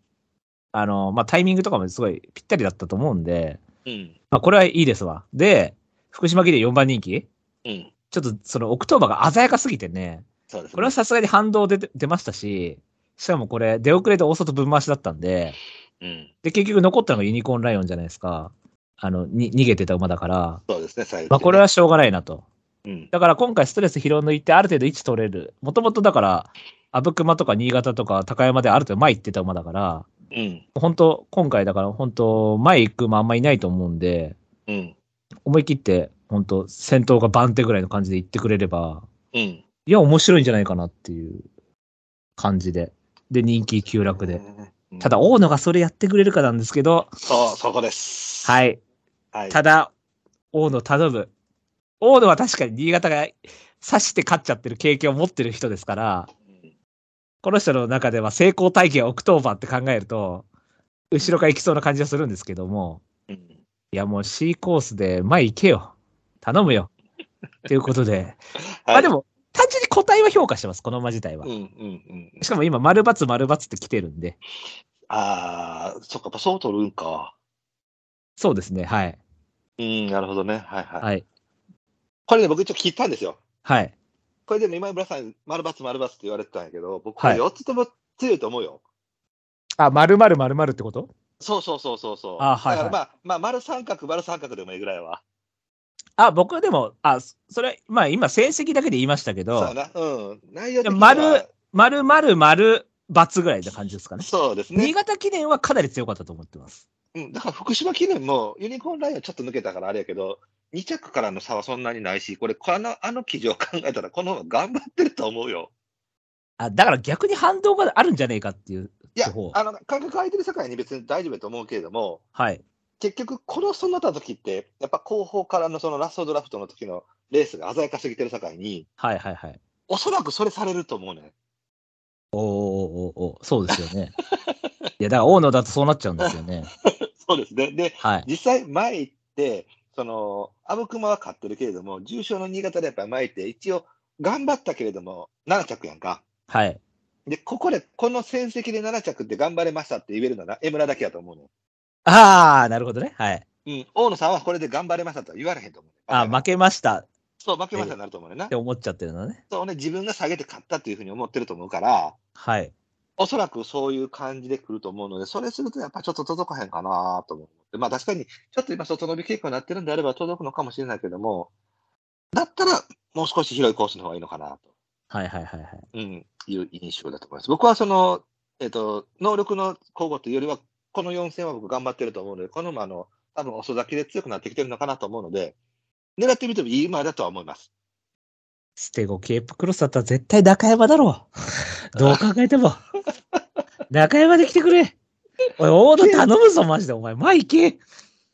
あの、まあタイミングとかもすごいぴったりだったと思うんで、うん。まあこれはいいですわ。で、福島ギで4番人気うん。ちょっとそのオクトーバーが鮮やかすぎてね、そうですね。これはさすがに反動出て出ましたし、しかもこれ出遅れて大外分回しだったんで、うん。で結局残ったのがユニコーンライオンじゃないですか。あの、に逃げてた馬だから、そうですね、最後、まあこれは、しょうがないなと。うん。だから今回ストレス拾い抜いてある程度位置取れる。もともとだから、阿武隈とか新潟とか高山である程度前行ってた馬だから、うん。本当今回だから本当前行く馬あんまいないと思うんで、うん。思い切って本当先頭が番手ぐらいの感じで行ってくれれば、うん。いや面白いんじゃないかなっていう感じで。で、人気急落で。うん。ただ、大野がそれやってくれるかなんですけど、そう、そこです。。はいい。はい。ただ、大野頼む。大野は確かに新潟が刺して勝っちゃってる経験を持ってる人ですから、うんこの人の中では成功体験はオクトーバーって考えると、後ろから行きそうな感じがするんですけども、うんいやもう C コースで前行けよ。頼むよ。ということで、まあで、も、単純に個体は評価してます、この馬自体はうん。うんうん。しかも今、丸×丸×って来てるんで、ああ、そっか、やっぱそう取るんか。そうですね、はい。うん、なるほどね。はいはい。はい。これね、僕一応聞いたんですよ。はい。これでも今村さん、丸×丸×って言われてたんやけど、僕はい4つとも強いと思うよ。あ、丸々丸々ってことそうそうそうそうそう。あはいはいだからまあ、まあ、丸三角、丸三角でもいいぐらいは。あ、僕はでも、あ、そそれは、まあ今、成績だけで言いましたけそど、うやな。うん。内容的には丸丸々丸×ぐらいな感じですかね。そうですね新。潟記念はかなり強かったと思ってます。うん、だから福島記念もユニコーンラインはちょっと抜けたからあれやけど、2着からの差はそんなにないし、これ、このあの記事を考えたら、この方が頑張ってると思うよ。あ、だから逆に反動があるんじゃねえかっていう。いやほう、あの感覚空いてる世界に別に大丈夫だと思うけれども、はい。結局、このそうなった時って、やっぱ後方からのそのラストドラフトの時のレースが鮮やかすぎてる世界に、はいはいはい。おそらくそれされると思うね。おーおーおーおーそうですよね。 [laughs] いや、だから大野だとそうなっちゃうんですよね。そうですね。で、はい。実際、前行って、その、阿武隈は勝ってるけれども、重賞の新潟でやっぱり前行って、一応、頑張ったけれども、7着やんか。はい。で、ここで、この戦績で7着って頑張れましたって言えるのはな、江村だけやと思うの。ああ、なるほどね。はい。うん、大野さんはこれで頑張れましたとは言われへんと思うね。あ負けましたっそう、負けましたになると思うねんなて。思っちゃってるのね。そうね、自分が下げて勝ったっていうふうに思ってると思うから、はい。おそらくそういう感じで来ると思うので、それするとやっぱちょっと届かへんかなと思って、まあ確かに、ちょっと今、外伸び傾向になってるんであれば届くのかもしれないけども、だったらもう少し広いコースの方がいいのかなと、はいはいはいはい。うん、いう印象だと思います。僕はその、えっ、と、能力の交互というよりは、この4戦は僕頑張ってると思うので、このままあの、多分遅咲きで強くなってきてるのかなと思うので、狙ってみてもいい馬だとは思います。ステゴ、ケープクロスだったら絶対中山だ [laughs] ろう。どう考えても。中山で来てくれ。おい、大野頼むぞ、マジで。お前、前行け。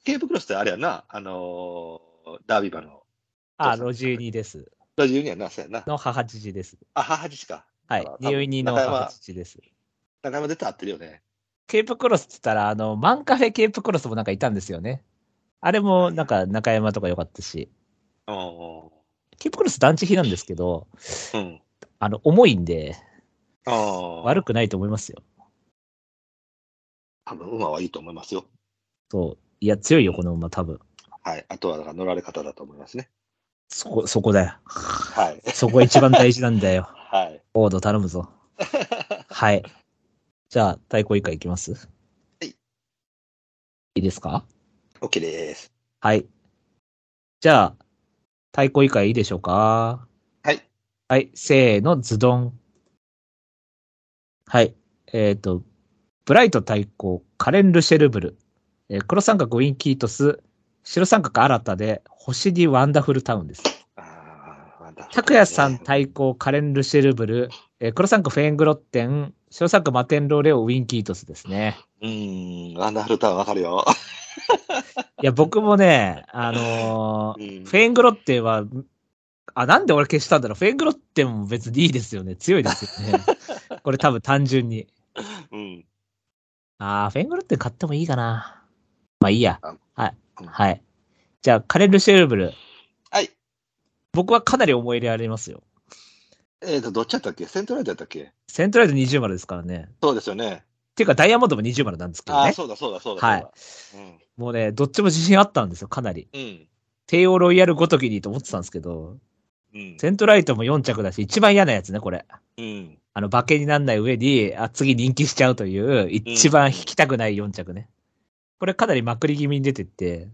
ケープクロスってあれやな、あのーダービー馬の、あ、路12です。ラジオにはな、そうやな。の母父です。あ、母父か。はいあ。多分匂い人の中山母父です。中山出て合ってるよね。ケープクロスって言ったら、あの、マンカフェケープクロスもなんかいたんですよね。あれも、なんか中山とか良かったし。うん。ケープクロス団地比なんですけど、うん。あの、重いんで、悪悪くないと思いますよ。多分馬はいいと思いますよ。そう。いや、強いよ、この馬、多分。はい。あとはだから乗られ方だと思いますね。そこ、そこだよ。はい。そこが一番大事なんだよ。 [laughs] はい。オード頼むぞ。はい。じゃあ、対抗以下いきますいいいですか OK です。はい。じゃあ、対抗以下いいでしょうかはい。はい、せーの、ズドン。はい。えっ、と、ブライト対抗、カレン・ルシェルブル、えー黒三角ウィン・キートス、白三角新たで、星にワンダフルタウンです。ああ、拓也さんた対抗カレン・ルシェルブル、えー黒三角フェーングロッテン、小作マテンローレオ・ウィンキートスですね。うーん、アンダーハルターンわかるよ。いや、僕もね、あのーうんフェーングロッテは、あ、なんで俺消したんだろう。フェーングロッテも別にいいですよね。強いです [laughs] よね。これ多分単純に。うん。あーフェーングロッテ買ってもいいかな。まあいいや。はいうん。はい。じゃあ、カレン・ルシェルブル。はい。僕はかなり思い入れありますよ。えっ、と、どっちだったっけセントライトだったっけセントライト20丸ですからね。そうですよね。っていうか、ダイヤモンドも20丸なんですけどああ、ね。そうだそうだそうだはいそうだ。もうね、どっちも自信あったんですよ、かなり。うん。うん。帝王ロイヤルごときにと思ってたんですけど、うん。セントライトも4着だし、一番嫌なやつね、これ。うん。あの、馬券にならない上に、あ、次人気しちゃうという、一番引きたくない4着ね。これかなりまくり気味に出てって、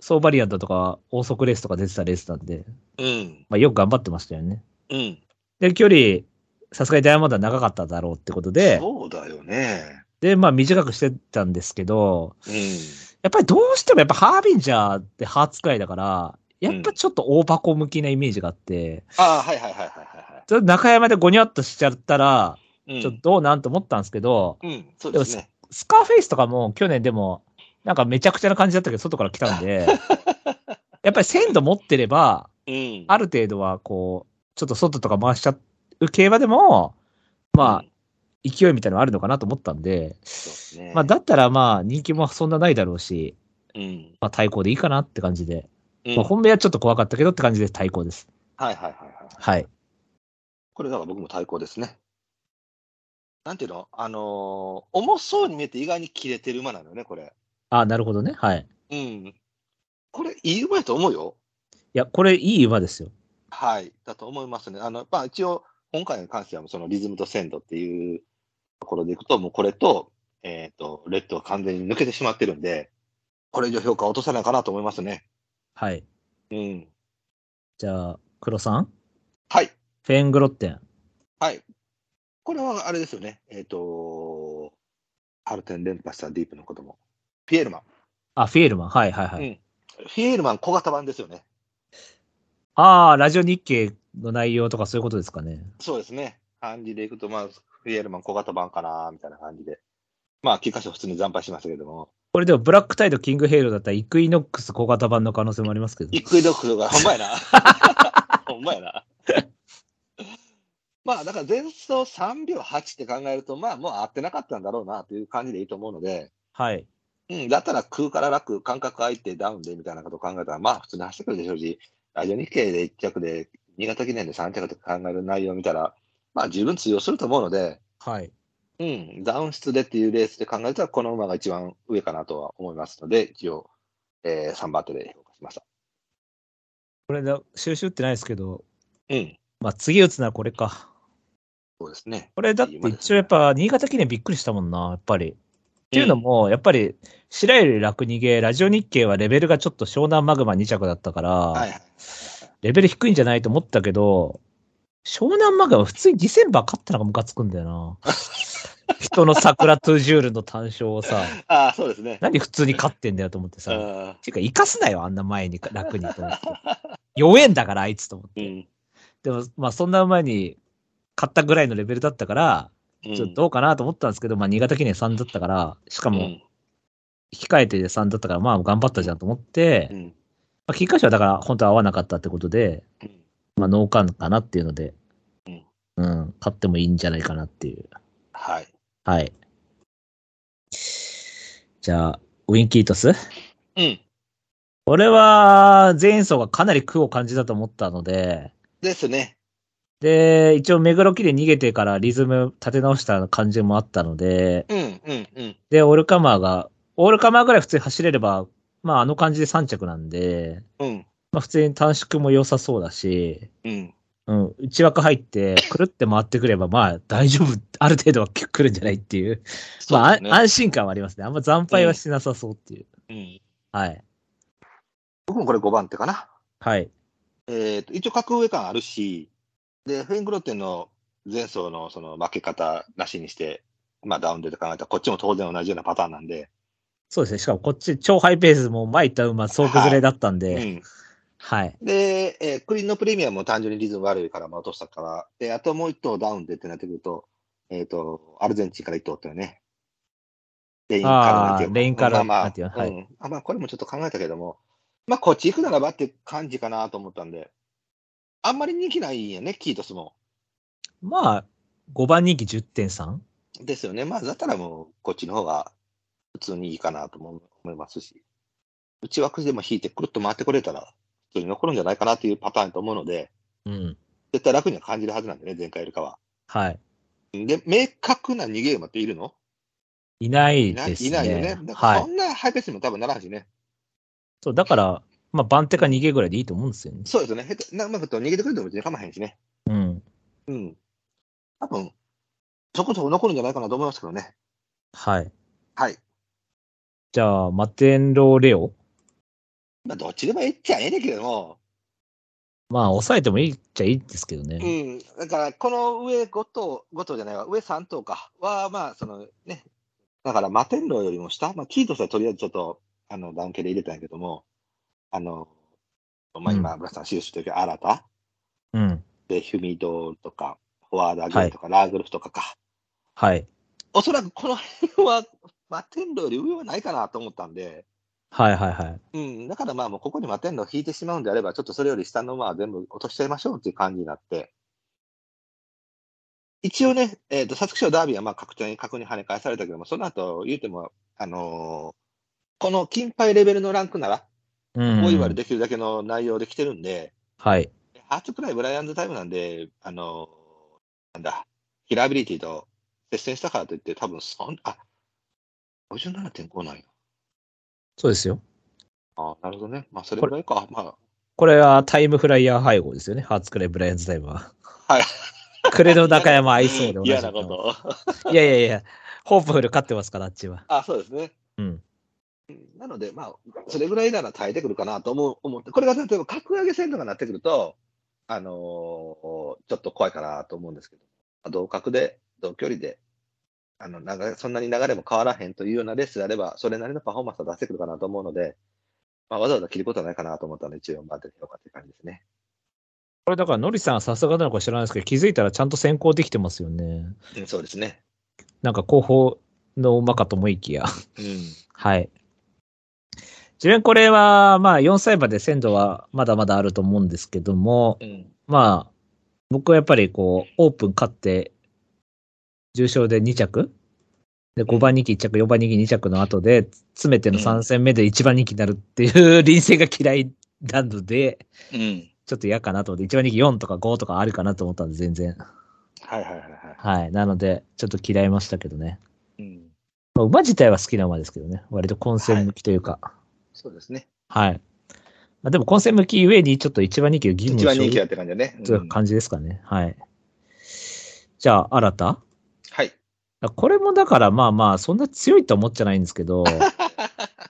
ソーバリアントとか、王速レースとか出てたレースなんで、うん。まあよく頑張ってましたよね。うん。で、距離、さすがにダイヤモンドは長かっただろうってことで、そうだよね。で、まあ短くしてたんですけど、うん。やっぱりどうしてもやっぱハービンジャーってハーツ使いだから、やっぱちょっと大箱向きなイメージがあって、ああ、はいはいはいはいはいはちょっと中山でゴニョっとしちゃったら、い。うんちょっとどうなんと思ったんですけど、うん、そうですね。スカーフェイスとかも去年でも、なんかめちゃくちゃな感じだったけど、外から来たん [laughs] で、やっぱり鮮度持ってれば、うん。ある程度はこう、ちょっと外とか回しちゃう競馬でも、まあ、勢いみたいなのあるのかなと思ったんで、そうですね。まあ、だったらまあ、人気もそんなないだろうし、うん。まあ、対抗でいいかなって感じで、うまん。あ、はい本命はちょっと怖かったけどって感じで対抗です。はいはいはい。はい。これだから僕も対抗ですね。なんていうのあのー重そうに見えて意外に切れてる馬なのよね、これ。あなるほどね。はい。うん。これ、いい馬やと思うよ。いや、これいい馬ですよ。はい。だと思いますね。あの、まあ一応、今回に関してはもうそのリズムと鮮度っていうところでいくと、もうこれと、えっ、と、レッドは完全に抜けてしまってるんで、これ以上評価を落とさないかなと思いますね。はい。うん。じゃあ、黒さんはい。フェーングロッテン。はい。これはあれですよね。えっ、と、アルテン連覇したディープのことも。フィエールマン。あ、フィエルマン。はいはいはい。うんフィエールマン小型版ですよね。ああ、ラジオ日経の内容とかそういうことですかね。そうですね。感じでいくと、まあ、フィエールマン小型版かな、みたいな感じで。まあ、結果普通に惨敗しましたけども。これでも、ブラックタイド、キングヘイローだったら、イクイノックス小型版の可能性もありますけど。イクイノックスが、ほんまやな。ほんまやな。まあ、だから前走3秒8って考えると、まあ、もう合ってなかったんだろうな、という感じでいいと思うので、はい。うん、だったら空から楽、間隔空いてダウンでみたいなことを考えたら、まあ、普通に走ってくるでしょうし、ラジオ日経で1着で、新潟記念で3着とか考える内容を見たら、まあ、十分通用すると思うので、はい。うん、ダウン室でっていうレースで考えたら、この馬が一番上かなとは思いますので、一応、えー、3番手で評価しました。これで、収集ってないですけど、うん、まあ、次打つのはこれか。そうですね。これだって一応やっぱ、新潟記念びっくりしたもんな、やっぱり。っていうのも、やっぱり、白百合楽逃げ、ラジオ日経はレベルがちょっと湘南マグマ2着だったから、はいはい。レベル低いんじゃないと思ったけど、湘南マグマ普通にディセンバー勝ったのがムカつくんだ [laughs] よな。人の桜トゥジュールの単勝をさ、ああ、そうですね。何普通に勝ってんだよと思ってうさ。んていうか、生かすなよ、あんな前に楽にと思って。弱えんだから、あいつと思っうて。ん。でも、まあそんな馬に勝ったぐらいのレベルだったから、ちょっとどうかなと思ったんですけど、まあ、新潟記念3だったから、しかうん、うも、ん。控えて3だったから、まあ、頑張ったじゃんと思って、うん。まあ、菊花賞はだから、本当は合わなかったってことで、うんまあ、脳幹かなっていうのでうん、うん、勝ってもいいんじゃないかなっていう。はい。はい。じゃあ、ウィンキートスうん。これは、前走がかなり苦を感じたと思ったので、ですね。で、一応、目黒記で逃げてからリズム立て直した感じもあったので、うん、うん、うん。で、オールカマーが、オールカマーぐらい普通に走れれば、まああの感じで3着なんで、うん、まあ普通に短縮も良さそうだし、うん。うん、内枠入って、くるって回ってくれば、まあ大丈夫、ある程度は来るんじゃないっていう、まあそうあですね安心感はありますね。あんま惨敗はしなさそうっていう。うん。はい。僕もこれ5番手かな。はい。えっ、と、一応格上感あるし、で、フェングロッテンの前走のその負け方なしにして、まあダウンで考えたら、こっちも当然同じようなパターンなんで、そうですね。しかもこっち超ハイペースもう前行った馬総崩れだったんで、はい、はい。で、えークリーンのプレミアムも単純にリズム悪いからまあ落としたから、で、あともう一頭ダウンでってなってくると、えっ、と、アルゼンチンから1頭ったよね。レイあーのレインカラーまあなんていうまのあ、はいうんあまあ、これもちょっと考えたけども、まあ、こっち行くならばって感じかなと思ったんで、あんまり人気ないよね、キートスも。まあ、5番人気 10.3? ですよね。まあ、だったらもう、こっちの方が普通にいいかなとも思いますし、うち枠でも引いてくるっと回ってくれたら、普通に残るんじゃないかなというパターンと思うので、うん。絶対楽には感じるはずなんでね、前回よりかは。はい。で、明確な逃げ馬っているのいないいない,、ですね。いないよね。だからはそい。んなハイペースにも多分ならんしね。そう、だから、まあ、番手か逃げぐらいでいいと思うんですよね。そうですよね。へとなうまくと逃げてくれても別に構わへんしね。うん。うん。多分、そこそこ残るんじゃないかなと思いますけどね。はい。はい。じゃあ、マテンローレオ。まあ、どっちでもええっちゃええねんけども、まあ、抑えてもいいっちゃいいんですけどうね。ん、だから、この上5頭、5頭じゃないわ、上3頭か、は、まあ、そのね、だから、摩天楼よりも下、まあ、キートスはとりあえずちょっと、あの、ダウン系で入れたんやけども、あの、まあ、今、村さん、シューしてるけど、新た、うん。で、ヒュミドとか、フォワードアゲイとか、ラーグルフとかか、はい。おそらくこの辺は、摩天楼より上はないかなと思ったんで、はいはいはい。うん、だからまあ、もうここに摩天楼引いてしまうんであれば、ちょっとそれより下のまあ全部落としちゃいましょうっていう感じになって、一応ね、えーと、皐月賞ダービーはまあ確定に確に跳ね返されたけども、その後言うても、あのーこの金牌レベルのランクなら、うん。大いわれできるだけの内容で来てるんで、はい。初くらいブライアンズタイムなんで、あのーなんだ、ヒラビリティと接戦したからといって、多分そん、あ、57.5なんや。そうですよ。あなるほどね。まあ、それぐらいか。まあ、これはタイムフライヤー配合ですよね。ハーツクレイブライアンズタイムは。はい。クレの中山合いそうで同じ嫌なこと。いやいやいや、ホープフル勝ってますから、あっちは。あ、そうですね。うん。なので、まあ、それぐらいなら耐えてくるかなと思う、思って、これが例えば格上げ戦とかになってくると、あのーちょっと怖いかなと思うんですけど、同格で、同距離で、あの、流れ、そんなに流れも変わらへんというようなレースであれば、それなりのパフォーマンスは出してくるかなと思うので、まあ、わざわざ切ることはないかなと思ったので、一応番手で評価っていう感じですね。これだから、ノリさんはさすがなのか知らないですけど、気づいたらちゃんと先行できてますよね。うん、そうですね。なんか後方の馬かと思いきや。うん。はい。自分これは、まあ4歳馬で鮮度はまだまだあると思うんですけども、うん。まあ、僕はやっぱりこう、オープン勝って、重賞で2着で、5番人気1着、4番人気2着の後で、詰めての3戦目で1番人気になるっていう [laughs] 臨戦が嫌いなので、うん。ちょっと嫌かなと思って、1番人気4とか5とかあるかなと思ったんで、全然。はいはいはいはい。はい。なので、ちょっと嫌いましたけどね。うん。まあ馬自体は好きな馬ですけどね。割と混戦向きというか。そうですね。はい。まあ、でも混戦向きゆえに、ちょっと一番人気を義務一番人気とだって感じだね。うんいう感じですかね。はい。じゃあ、新たはい。あこれもだからまあまあ、そんな強いとは思っちゃないんですけ [laughs] ど、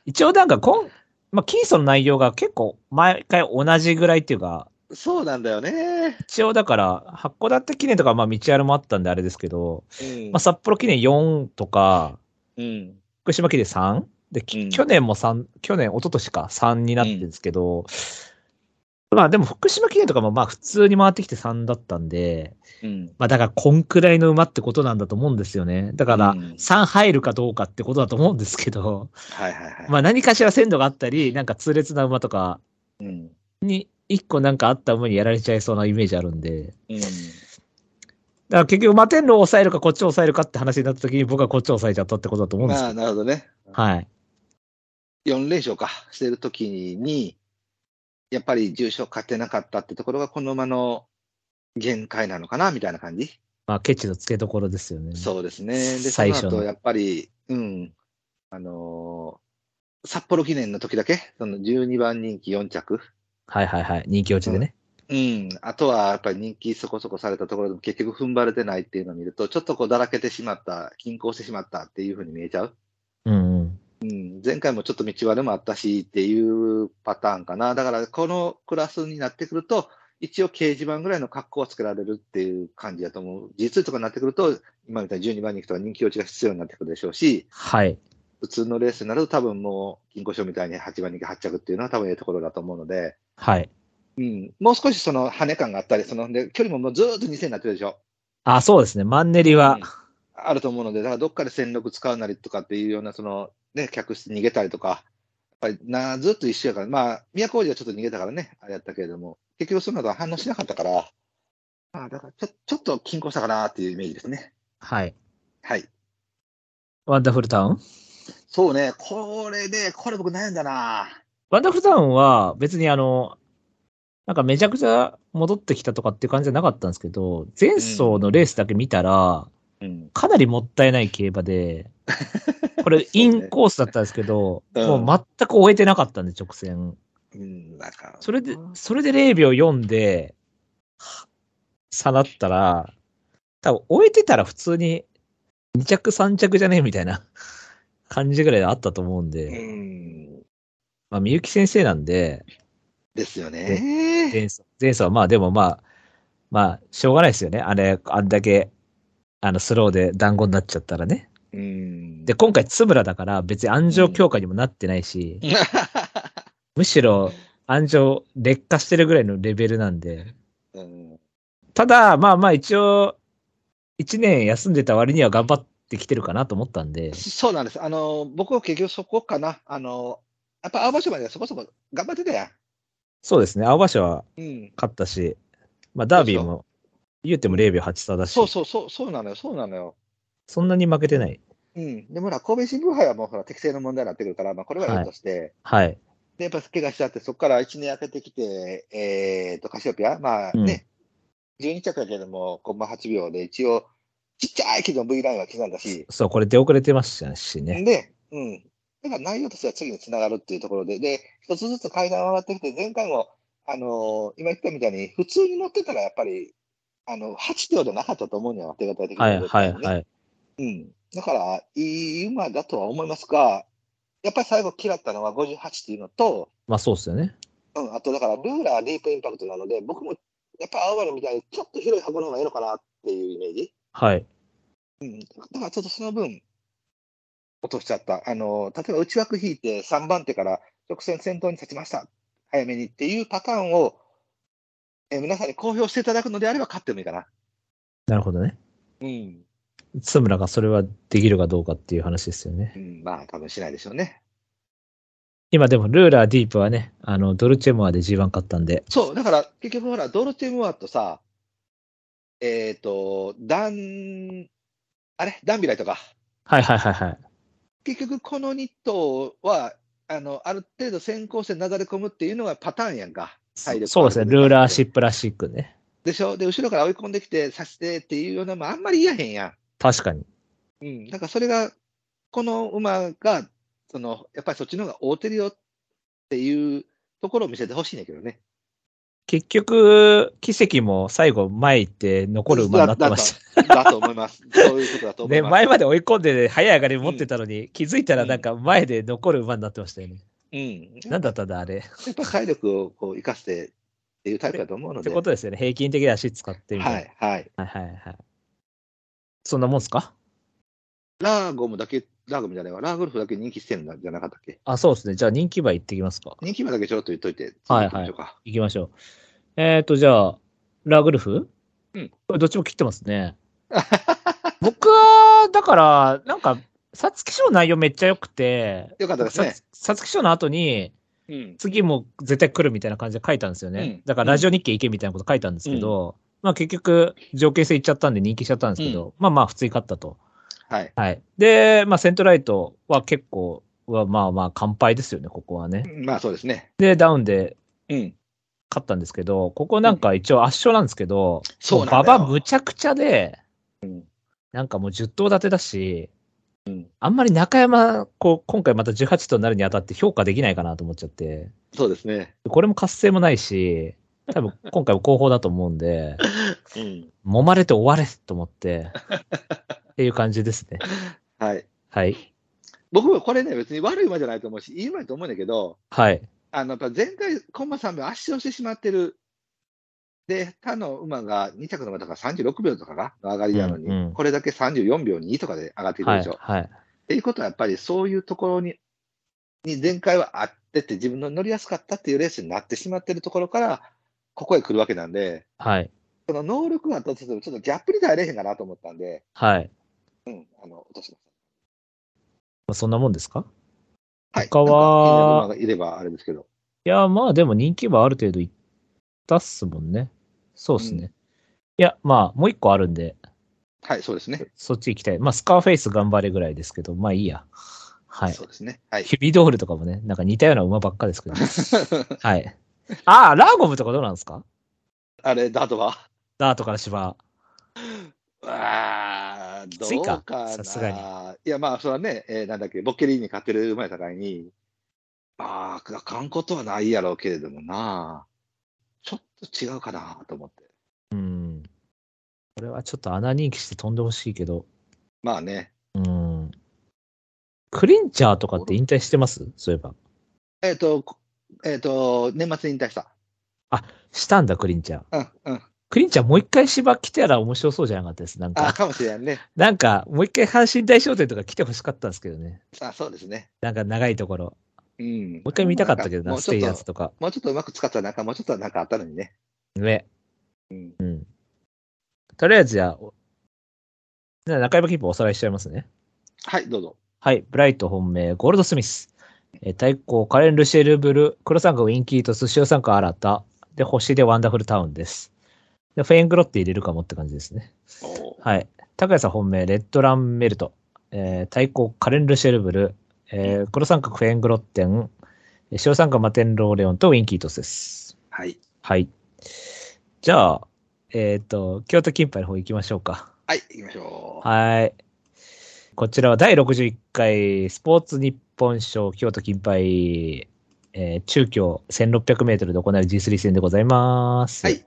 一応なんかこん、まあ、キーソの内容が結構毎回同じぐらいっていうか、そうなんだよね。一応だから、函館記念とかまあ道あるもあったんであれですけど、うんまあ、札幌記念4とか、うん。福島記念 3? で、きうん去年も3、去年、一昨年か3になってるんですけど、まあでも福島記念とかもまあ普通に回ってきて3だったんで、うん。まあだからこんくらいの馬ってことなんだと思うんですよね。だからうん3入るかどうかってことだと思うんですけど、はいはいはい。まあ何かしら鮮度があったり、なんか痛烈な馬とか、うん。 1個なんかあった馬にやられちゃいそうなイメージあるんで、うん。だから結局摩天楼を抑えるかこっちを抑えるかって話になった時に僕はこっちを抑えちゃったってことだと思うんですまけあ、なるほどね。ど、はい。 4連勝か、してるときに、やっぱり重賞勝てなかったってところが、この馬の限界なのかな、みたいな感じ。まあケチの付けどころですよね。そうですね。で、そ最の初の後、やっぱり、うん。あのー札幌記念の時だけ、その12番人気4着。はいはいはい。人気落ちでね。うん、あとはやっぱり人気そこそこされたところでも結局踏ん張れてないっていうのを見ると、ちょっとこうだらけてしまった、均衡してしまったっていうふうに見えちゃう。うんうん。うん、前回もちょっと道割れもあったしっていうパターンかな。だからこのクラスになってくると、一応掲示板ぐらいの格好はつけられるっていう感じだと思う。G2 とかになってくると、今みたいに12番人気とか人気落ちが必要になってくるでしょうし、はい。普通のレースになると多分もう、金庫賞みたいに8番人気8着っていうのは多分いいところだと思うので、はい。うん、もう少しその跳ね感があったり、そので距離ももうずーっと2000になってるでしょ。あ、そうですね。マンネリはうんあると思うので、だからどっかで戦力使うなりとかっていうような、その、ね、客室逃げたりとか、やっぱりな、ずっと一緒やから、まあ、宮古路はちょっと逃げたからね、あれやったけれども、結局その後は反応しなかったから、まあ、だからちょ、ちょっと均衡したかなっていうイメージですね。はい。はい。ワンダフルタウンそうね、これで、これ僕悩んだなワンダフルタウンは別にあの、なんかめちゃくちゃ戻ってきたとかっていう感じじゃなかったんですけど、前走のレースだけ見たら、うん。かなりもったいない競馬 [laughs] で、これインコースだったんですけど、うんもう全く終えてなかったんで、直線。うん、なんか。それで、それで0秒4で、差だったら、多分終えてたら普通に2着3着じゃねえみたいな感じぐらいあったと思うんうで、ん。まあ、みゆき先生なんで、ですよね。ええ前走、前走はまあでもまあ、まあ、しょうがないですよね。あれ、あんだけ、あの、スローで団子になっちゃったらね。うん。で、今回、つぶらだから、別に安城強化にもなってないし、むしろ、安城劣化してるぐらいのレベルなんで。 [laughs] うん、ただ、まあまあ一応、一年休んでた割には頑張ってきてるかなと思ったんで、そうなんです。あの、僕は結局そこかな。あの、やっぱ青葉賞まではそこそこ頑張ってたやそうですね、青葉賞はん。うん。勝ったし、まあダービーも、言うても0秒8差だし、そうそうそう、そうなのよ、そうなのよ。そんなに負けてない。うん。でもほら、神戸新聞杯はもうほら、適正の問題になってくるから、まあ、これははいいいとして、はい。で、やっぱ怪我しちゃって、そこから1年空けてきて、えーと、カシオピア、まあね、12着だけども、コンマ8秒で、一応、ちっちゃいけど V ラインは刻んだし、そう、これ出遅れてましたしね。で、うん。だから内容としては次につながるっていうところで、で、一つずつ階段を上がってきて、前回も、あのー今言ったみたいに、普通に乗ってたらやっぱり、あの、8秒じゃなかったと思うには、手形的に、はいはいはい。うん。だから、いい馬だとは思いますが、やっぱり最後嫌ったのは58っていうのと、まあそうっすよね。うん、あとだから、ルーラーはディープインパクトなので、僕もやっぱ青原みたいにちょっと広い箱の方がいいのかなっていうイメージ。はい。だからちょっとその分、落としちゃった。あの、例えば内枠引いて3番手から直線先頭に立ちました。早めにっていうパターンを、え皆さんに公表していただくのであれば勝ってもいいかな。なるほどね。うん。津村がそれはできるかどうかっていう話ですよねう。ん、まあ、多分しないでしょうね。今でもルーラーディープはね、あの、ドルチェモアで G1 買ったんで、そう、だから結局ほら、ドルチェムワとさ、えっ、と、ダン、あれダンビライとか。はいはいはいはい。結局この2頭は、あの、ある程度先行してなだれ込むっていうのがパターンやんか。体力そうですね、ルーラーシップラシックね。でしょで、後ろから追い込んできて、さしてっていうような、まあ、あんまり言えへんや確かに。ん。うん。だからそれが、この馬が、その、やっぱりそっちの方が合うてるよっていうところを見せてほしいんだけどね。結局、奇跡も最後前行って残る馬になってました。だだだと思います。そういうことだと思ね、います。前まで追い込んで、ね、早い上がり持ってたのに、気づいたらなんか前で残る馬になってましたよね。うん。なんだったんだ、あれ。やっぱ体力をこう生かしてっていうタイプだと思うのってで。ことですよね。平均的な足使ってみたいな。は、はいはい。い、はい、はいはい。そんなもんすかラーゴムだけ、ラーゴムじゃないわ。ラーゴルフだけ人気してるんじゃなかったっけあ、そうですね。じゃあ人気馬行ってきますか。人気馬だけちょろっと言っといて。はいはい次行きましょうか行きましょう。えっ、ー、と、じゃあ、ラグルフうん。これどっちも切ってます [laughs] ね。僕は、だから、なんか、皐月賞の内容めっちゃ良くて、よかったですね僕皐皐月賞の後に、うん。次もう絶対来るみたいな感じで書いたんですよね。うんだからラジオ日経行けみたいなこと書いたんですけど、まあ結局、条件制行っちゃったんで人気しちゃったんですけど、まあまあ普通に勝ったと。はい。はい。で、まあセントライトは結構、はまあまあ完敗ですよね、ここはね。まあそうですね。で、ダウンでうん。勝ったんですけど、ここなんか一応圧勝なんですけど、そうなんだバよバむちゃくちゃで、なんかもう10頭立てだし、あんまり中山、こう、今回また18頭になるにあたって評価できないかなと思っちゃって、そうですね。これも活性もないし、多分今回も後方だと思うん [laughs] で、うん。揉まれて終われと思って、っていう感じですね。はい。はい。僕もこれね、別に悪い馬じゃないと思うし、いい馬だと思うんだけど、はい。あの、やっぱ前回、コンマ3秒圧勝してしまってる。で、他の馬が2着の馬だから36秒とかがの上がりなのに、うんうんこれだけ34秒2とかで上がってくるはでいしょ。。はい。っていうことは、やっぱりそういうところに、に前回はあってて、自分の乗りやすかったっていうレースになってしまってるところから、ここへ来るわけなんで、はい。その能力がとちょっとちょっとギャップに耐えれへんかなと思ったんで、はい。うん、あの、落としましまあそんなもんですかた。はい。他はなんか気になる馬がいればあれですけど。いや、まあでも人気はある程度いったっすもんね。そうっすね。うんいや、まあもう一個あるんで、はい、そうですね。そっち行きたい。まあスカーフェイス頑張れぐらいですけど、まあいいや。はい。そうですね。はい。ヒビドールとかもね、なんか似たような馬ばっか [laughs] ですけど。はい。ああ、ラーゴムとかどうなんですかあれ、ダートはダートから芝。ああ、どついうかかさすがにな。いや、まあ、それはね、えーなんだっけ、ボッケリーに勝ってる馬やさかいに、まあ、あかんことはないやろうけれどもな、ちょっと違うかなと思って。うん。これはちょっと穴人気して飛んでほしいけど。まあね、うん。クリンチャーとかって引退してますそういえば。えっ、と、こえっ、と、年末に引退した。したんだ、クリンチャー。うん、うん。クリンチャーもう一回芝来たら面白そうじゃなかったです。なんあか、かもしれんね。なんか、もう一回阪神大商店とか来てほしかったんですけどね。あそうですね。なんか長いところ。もうん。もう一回見たかったけどな、もうスちテイょヤっーズとと、か。もうちょっとうまく使ったらなんか、もうちょっとなんかあったのにね。ね。うん。うん。とりあえずじゃあ、おじゃあ中山キープおさらいしちゃいますね。はい、どうぞ。はい、ブライト本命、ゴールドスミス。えー対抗、カレン・ルシェルブル、黒三角、ウィンキーとスシオ三角、新た。で、星でワンダフルタウンです。で、フェイングロッテ入れるかもって感じですね。おーはい。高谷さん本命、レッドランメルト。えー対抗、カレン・ルシェルブル、えー黒三角、フェーングロッテン、えー白三角、マテンローレオンとウィンキートスです。はい。はい。じゃあ、えっ、と、京都金杯の方行きましょうか。はい、行きましょう。はい。こちらは第61回スポーツ日本賞京都金杯、えー中京1600メートルで行われる G3 戦でございます。はい。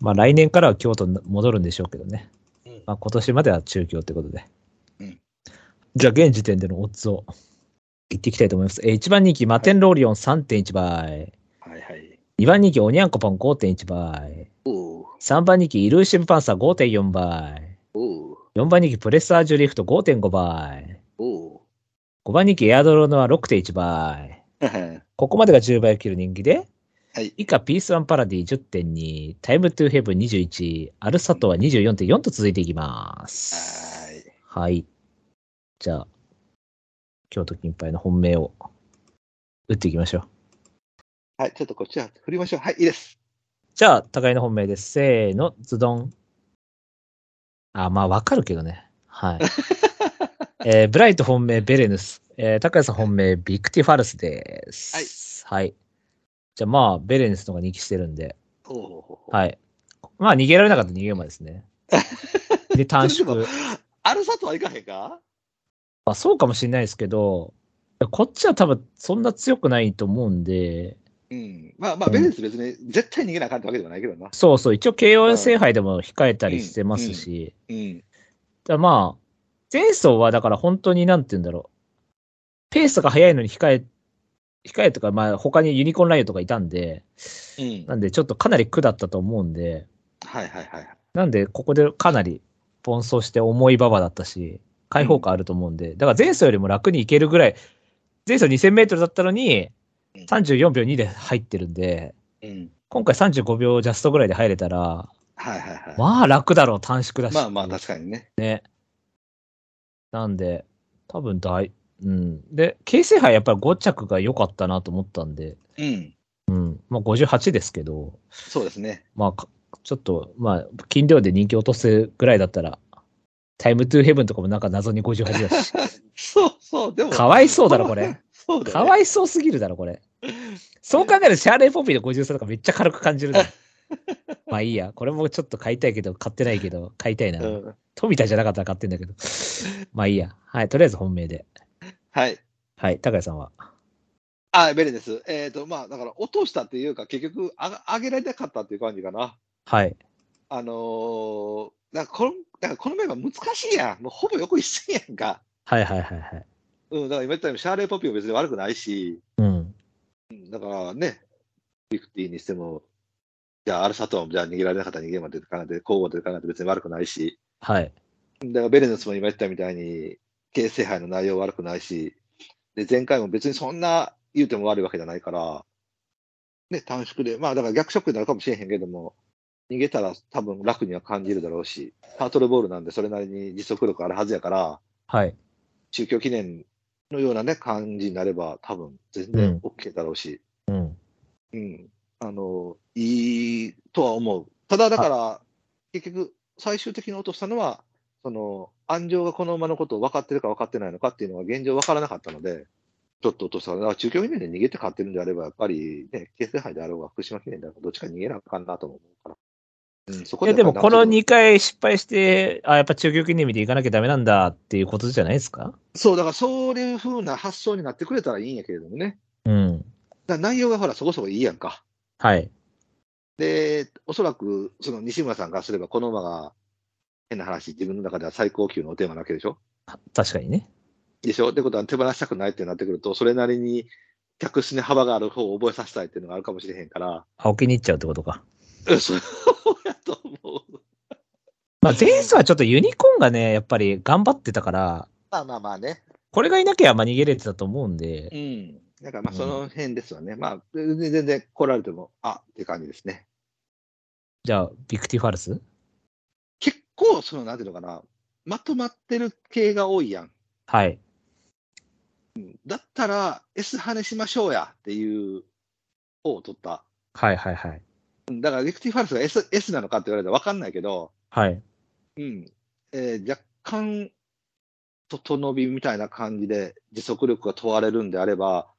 まあ来年からは京都に戻るんでしょうけどね。うんまあ今年までは中京ってことで。うんじゃあ現時点でのオッズを言っていきたいと思います。えー1番人気マテンローリオン3.1倍。はい、はい。 2番人気オニャンコパン5.1倍。おー3番人気イルーシブパンサー5.4倍。おー4番人気プレッサージュリフト5.5倍。 [laughs] おー5番人気エアドロノは6.1倍。ここまでが10倍を切る人気で、はい以下ピースワンパラディ10.2、タイムトゥーヘブン21、アルサトは24.4と続いていきます。ははい。い。じゃあ、京都金杯の本命を打っていきましょう。はい、ちょっとこっちは振りましょう。はい、いいです。じゃあ、互いの本命です。せーの、ズドン。あ、まあ、わかるけどね。 [laughs] はい。えーブライト本命、ベレヌス。えー、高谷さん本命、ビクティファルスです。はい。じゃあ、まあ、ベレヌスの方が2期してるんで。おおい。はい。まあ、逃げられなかったら逃げ馬です [laughs] ね。で、短それ縮で。アルサとはいかへんかまあ、そうかもしれないですけど、こっちは多分、そんな強くないと思うんで、うん。まあまあ、ベレンス別に絶対逃げなあかんってわけでもないけどな。そうそう、一応、KON 制覇でも控えたりしてますし、うん。だまあ、前走はだから本当になんて言うんだろう。ペースが速いのに控え、控えとか、まあ他にユニコーンライオンとかいたんで、うん。なんでちょっとかなり苦だったと思うんで、はいはいはい。なんでここでかなり奔走して重い馬場だったし、開放感あると思うんで、だから前走よりも楽にいけるぐらい、前走2000メートルだったのにうん、 34秒2で入ってるんで、うん。今回35秒ジャストぐらいで入れたら、はいはいはい。ままあ楽だろう、短縮だし。あまあ、確かにね。なんで、多分大、うん。で、京成杯やっぱり5着が良かったなと思ったんで、うん。うん。まあ58ですけど、そうですね。まあか、ちょっと、まあ、金量で人気落とすぐらいだったら、タイムトゥーヘブンとかもなんか謎に58だし、 [laughs] そうそう、でも。かわいそうだろこれ。そうだ、ね。かわいそうすぎるだろ、これ。そう考えるとシャーレーポピーの53とかめっちゃ軽く感じる [laughs] な。まあいいや、これもちょっと買いたいけど、買ってないけど、買いたいな。うん。富田じゃなかったら買ってんだけど。まあいいや。はい、とりあえず本命で。はい。はい、高谷さんは。あ、ベレンです。えっ、と、まあ、だから、落としたっていうか、結局、あが上げられなかったっていう感じかな。はい。あのー、なんかこの、なんかこのメンバー難しいやん。もうほぼ横一線やんか。はいはいはいはい。うん、だから今言ったように、シャーレーポピーも別に悪くないし、うん。うんだからね、フィフティにしても、じゃあ、アルサトン、じゃあ逃げられなかったら逃げまで考えて、交互で考えて別に悪くないし、はい。だからベレヌスも今言ったみたいに、形成杯の内容悪くないし、で、前回も別にそんな言うても悪いわけじゃないから、ね、短縮で、まあだから逆ショックになるかもしれへんけども、逃げたら多分楽には感じるだろうし、タートルボールなんでそれなりに持続力あるはずやから、はい。中京記念のようなね、感じになれば多分全然 OK だろうし、うん。うん、あの、いいとは思う。ただ、だから、結局、最終的に落としたのは、その、安城がこの馬のことを分かってるか分かってないのかっていうのが現状分からなかったので、ちょっと落とした。だから中京記念で逃げて勝ってるんであれば、やっぱりね、決定杯であろうが、福島記念であろうが、どっちか逃げなあかんなとも思うから。うん、そこいや、でもこのに2回失敗して、あ、やっぱ中京記念日で行かなきゃダメなんだっていうことじゃないですかそう、だからそういうふうな発想になってくれたらいいんやけれどもね。うん。だから内容がほら、そこそこいいやんか。はい。で、おそらく、その西村さんからすれば、この馬が、変な話、自分の中では最高級のお手間なわけでしょ確かにね。でしょってことは手放したくないってなってくると、それなりに客室に幅がある方を覚えさせたいっていうのがあるかもしれへん [laughs] から、あ、置きに行っちゃうってことか。うんそうやと思う。まあ、前走はちょっとユニコーンがね、やっぱり頑張ってたから、まあまあまあね。これがいなきゃまあ逃げれてたと思うんで、ん。だからまあその辺ですわね。まあ、全然全然来られても、あって感じですね。じゃあ、ビクティファルス結構、その、なんていうのかな、まとまってる系が多いやん。はい。だったら、S 跳ねしましょうやっていう方を取った。はいはいはい。だから、リクティファルスが S, S なのかって言われたら分かんないけど、はい。うんえー若干、外伸びみたいな感じで持続力が問われるんであれば、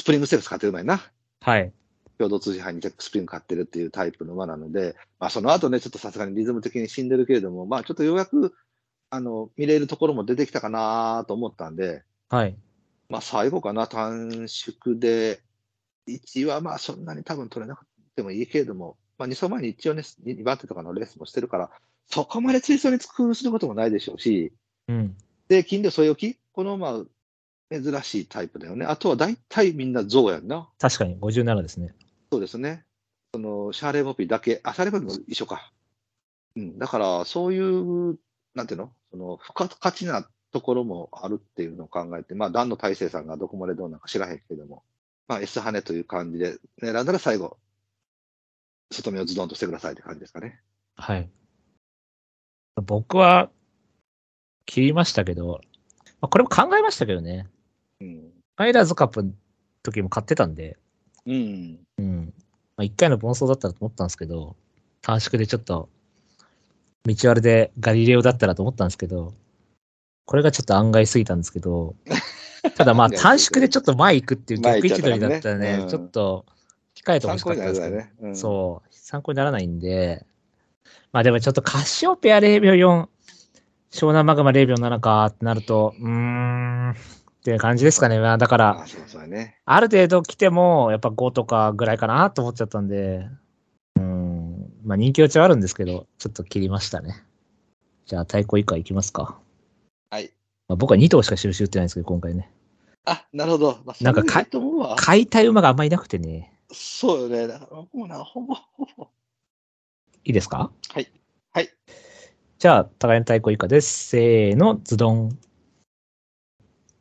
スプリングステップス買ってる前にな、はい。共同通信杯にスプリング買ってるっていうタイプの馬なので、まあ、その後ね、ちょっとさすがにリズム的に死んでるけれども、まあ、ちょっとようやくあの見れるところも出てきたかなと思ったんで、はい。まあ、最後かな、短縮で、1はまあそんなに多分取れなくてもいいけれども、まあ、2走前に一応ね、2番手とかのレースもしてるから、そこまで追走に工夫することもないでしょうし、うん。で、近所添え置き、このまあ珍しいタイプだよね。あとは大体みんな象やんな。確かに、57ですね。そうですね。そのシャーレーモピーだけ、あ、シャーレーモピーも一緒か。うん、だから、そういう、なんていうの、その付加価値なところもあるっていうのを考えて、まあ、ダンの大勢さんがどこまでどうなんか知らへんけども、まあ、S 跳ねという感じで、選んだら最後、外目をズドンとしてくださいって感じですかね。はい。僕は、切りましたけど、まあ、これも考えましたけどね。うん。ファイラーズカップの時も買ってたんで、うん。うん。まあ、一回の盆走だったらと思ったんですけど、短縮でちょっと、道割れでガリレオだったらと思ったんですけど、これがちょっと案外すぎたんですけ [laughs] ど、ただまあ案外すぎた短縮でちょっと前行くっていう前逆行位っちゃ置ったか取りらねだったらね、うんちょっと控えてほ参しかっ考たになでんるすだけよど、ね。うん、そう、参考にならないんで、まあでもちょっとカシオペア0秒4、湘南マグマ0秒7かってなると、うーん、っていう感じですかね。まあだから、あ、そうそうやね。ある程度来ても、やっぱ5とかぐらいかなと思っちゃったんで、うん、まあ人気落ちはあるんですけど、ちょっと切りましたね。じゃあ、太鼓以下いきますか。はい。まあ、僕は2頭しか印打ってないんですけど、今回ね。あ、なるほど。まあ、なんかかいと思うわ。買いたい馬があんまいなくてね。そうよね。だから僕もな、ほぼ、ほぼ。いいですかはい。はい。じゃあ、互いの太鼓以下です。せーの、ズドン。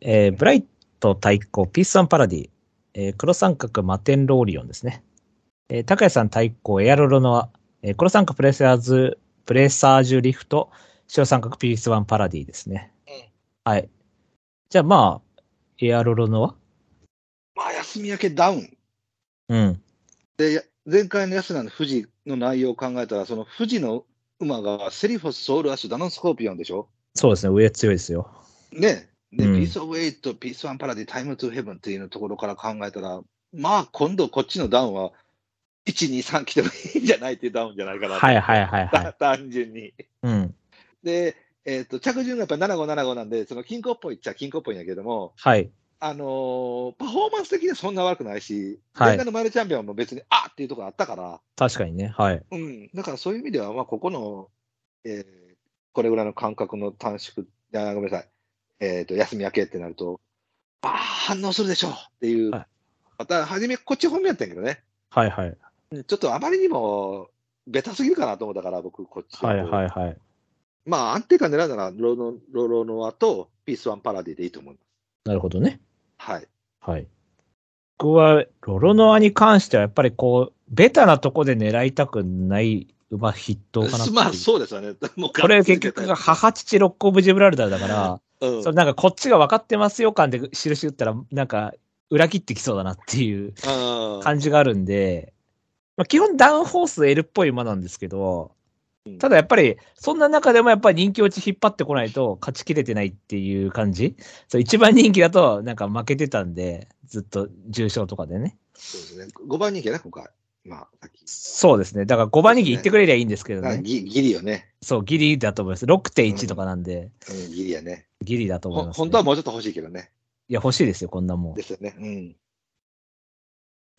えー、ブライト太鼓、ピースワンパラディ、えー、黒三角、マテンローリオンですね。えー、高谷さん太鼓、エアロロノア、えー、黒三角、プレサーズ、プレサージュリフト、白三角、ピースワンパラディですね。はい。じゃあ、まあ、エアロロノまあ、休み明けダウン。アうん。前回の安田の富士の内容を考えたら、その富士の馬がセリフォス、ソウルアッシュ、ダノンスコーピオンでしょそうですね、上強いですよ。ねで、うんピースオブエイト、ピースワンパラディ、タイムトゥーヘブンっていうのところから考えたら、まあ今度こっちのダウンは、1、2、3来てもいいんじゃないっていうダウンじゃないかなと。はいはいはいはた単純に。い。うん。で、えっ、と、着順がやっぱ7575なんで、その金庫っぽいっちゃ金庫っぽいんやけども、はい。あのーパフォーマンス的にはそんな悪くないし、はい前回のマイルチャンピオンも別に、あっっていうところあったから、確かにね。はい。うん、だからそういう意味では、まあ、ここの、えーこれぐらいの間隔の短縮、いやごめんなさい、えーと、休み明けってなると、ああ、反応するでしょうっていう、はいまた初め、こっち本命やったんやけどね、はいはい。うんちょっとあまりにも、ベタすぎるかなと思ったから、僕、こっちのは方いはいはい。まあ、安定感狙うなら、ロロロロノアとピースワンパラディでいいと思います。なるほどね。はい、はい。僕は、ロロノアに関しては、やっぱりこう、ベタなとこで狙いたくない馬筆頭かな [laughs] っていうまあ、そうですよね。もうこれ結局が母父ロックオブジブラルダーだから、うんそれなんかこっちが分かってますよ感で印打ったら、なんか裏切ってきそうだなっていうあー感じがあるんで、まあ、基本ダウンホース L っぽい馬なんですけど、ただやっぱり、そんな中でもやっぱり人気落ち引っ張ってこないと勝ちきれてないっていう感じ。そう、一番人気だとなんか負けてたんで、ずっと重傷とかでね。そうですね。5番人気だね、今回。まあ、さっき。そうですね。だから5番人気行ってくれりゃいいんですけどあね。ギギリよね。そう、ギリだと思います。6.1とかなんで、うん、ギリやね。ギリだと思いほます、本当はもうちょっと欲しいけどね。いや、欲しいですよ、こんなもん。だでかすよね。うん。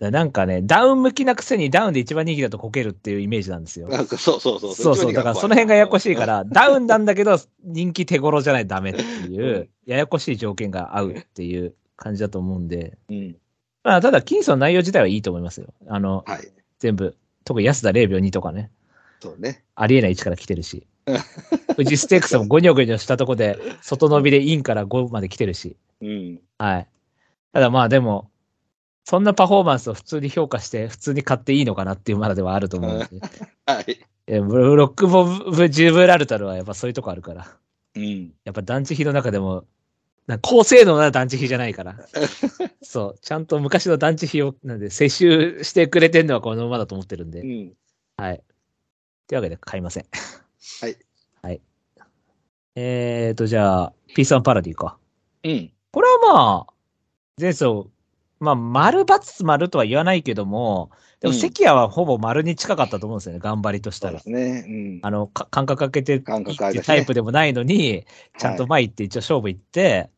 らなんかね、ダウン向きなくせにダウンで一番人気だとこけるっていうイメージなんですよ。なんかそうそうそう。そうそう、だからその辺がややこしい [laughs] から、ダウンなんだけど、人気手頃じゃないとダメっていうう、ややこしい条件が合うっていう感じだと思うんで、うん。まあ、ただ、金層の内容自体はいいと思いますよ。あの、はい。全部、特に安田0秒2とかね、そうね。ありえない位置から来てる [laughs] し、富士ステークスもゴニョゴニョしたとこで、外伸びでインから5まで来てるし、うん。はい。ただまあでも、そんなパフォーマンスを普通に評価して、普通に買っていいのかなっていうまだではあると思うんで。はい。えブロックボブ・ジュブラルタルはやっぱそういうとこあるから。うん。やっぱ団地比の中でも、なんか高精度な団地比じゃない [laughs] から。そう。ちゃんと昔の団地比を、なんで、接収してくれてんのはこの馬だと思ってるんで。うっん。てわけで買いません。はい。はい。えーと、じゃあ、ピースパラディか。うん。これはまあ、前走、まあ、丸×丸とは言わないけども、でもうん関谷はほぼ丸に近かったと思うんですよね、頑張りとしそたうでら。すね。うん。あの、か感覚かけて、感覚あっるてですねタイプでもないのに、ちゃんと前行って一応勝負行って、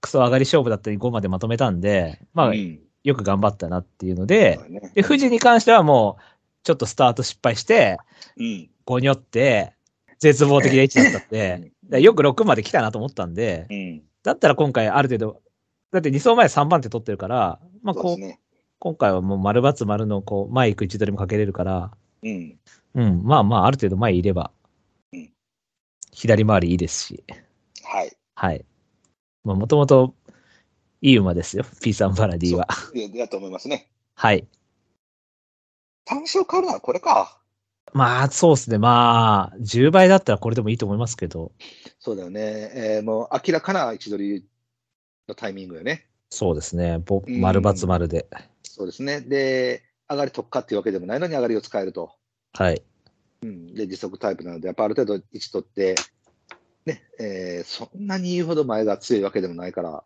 クソ上がり勝負だったり5までまとめたんで、まあう、んよく頑張ったなっていうのでそう、だねで、富士に関してはもう、ちょっとスタート失敗して、うん。ゴニョって、絶望的な位置だったん [laughs] で、だからよく6まで来たなと思ったんで、うん。だったら今回ある程度、だって2走前3番手取ってるから、まあそうでこうすね。今回はもう丸×丸のこう前行く位置取りもかけれるから、うん。うん、まあまあある程度前いればうん、左回りいいですし、はい。はい。まあもともといい馬ですよ、P さんバラディは。いやだと思いますね。はい。単勝買うならこれか。まあそうですね、まあ10倍だったらこれでもいいと思いますけど、そうだよね。えー、もう明らかな位置取りのタイミングよね。そうですね、ぼうん丸×丸で。そうですね。で、上がり特化っていうわけでもないのに上がりを使えると。はい。で、時速タイプなので、やっぱある程度位置取って、ね、えーそんなに言うほど前が強いわけでもないから、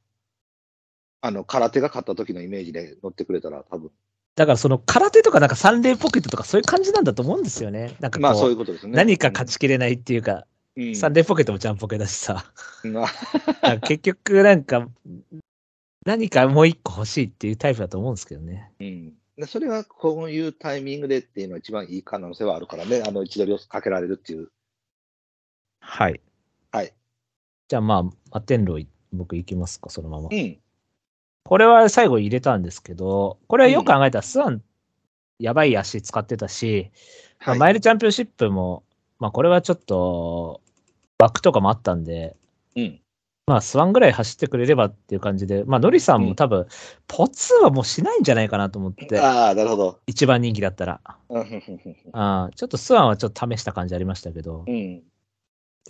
あの、空手が勝った時のイメージで乗ってくれたら多分。だからその空手とかなんか三連ポケットとかそういう感じなんだと思うんですよね。なんかこう、まあそういうことですね。何か勝ちきれないっていうか、うんサンデーポケットもジャンポケだしさ、うんあなんか結局なんか、何かもう一個欲しいっていうタイプだと思うんですけどね。うんでそれはこういうタイミングでっていうのは一番いい可能性はあるからね、あの位置取りをかけられるっていう。はい。はい。じゃあまあ、アテンロイ、僕行きますか、そのままう。ん。これは最後入れたんですけど、これはよく考えたら、スワン、やばい足使ってたし、まあはいマイルチャンピオンシップも、まあこれはちょっと、バックとかもあったんで、うん。まあ、スワンぐらい走ってくれればっていう感じで、まあ、ノリさんうもん多分、ポツはもうしないんじゃないかなと思って、ああ、なるほど。一番人気だったら。うんふんふんふんふんあーちょっとスワンはちょっと試した感じありましたけどう、ん。や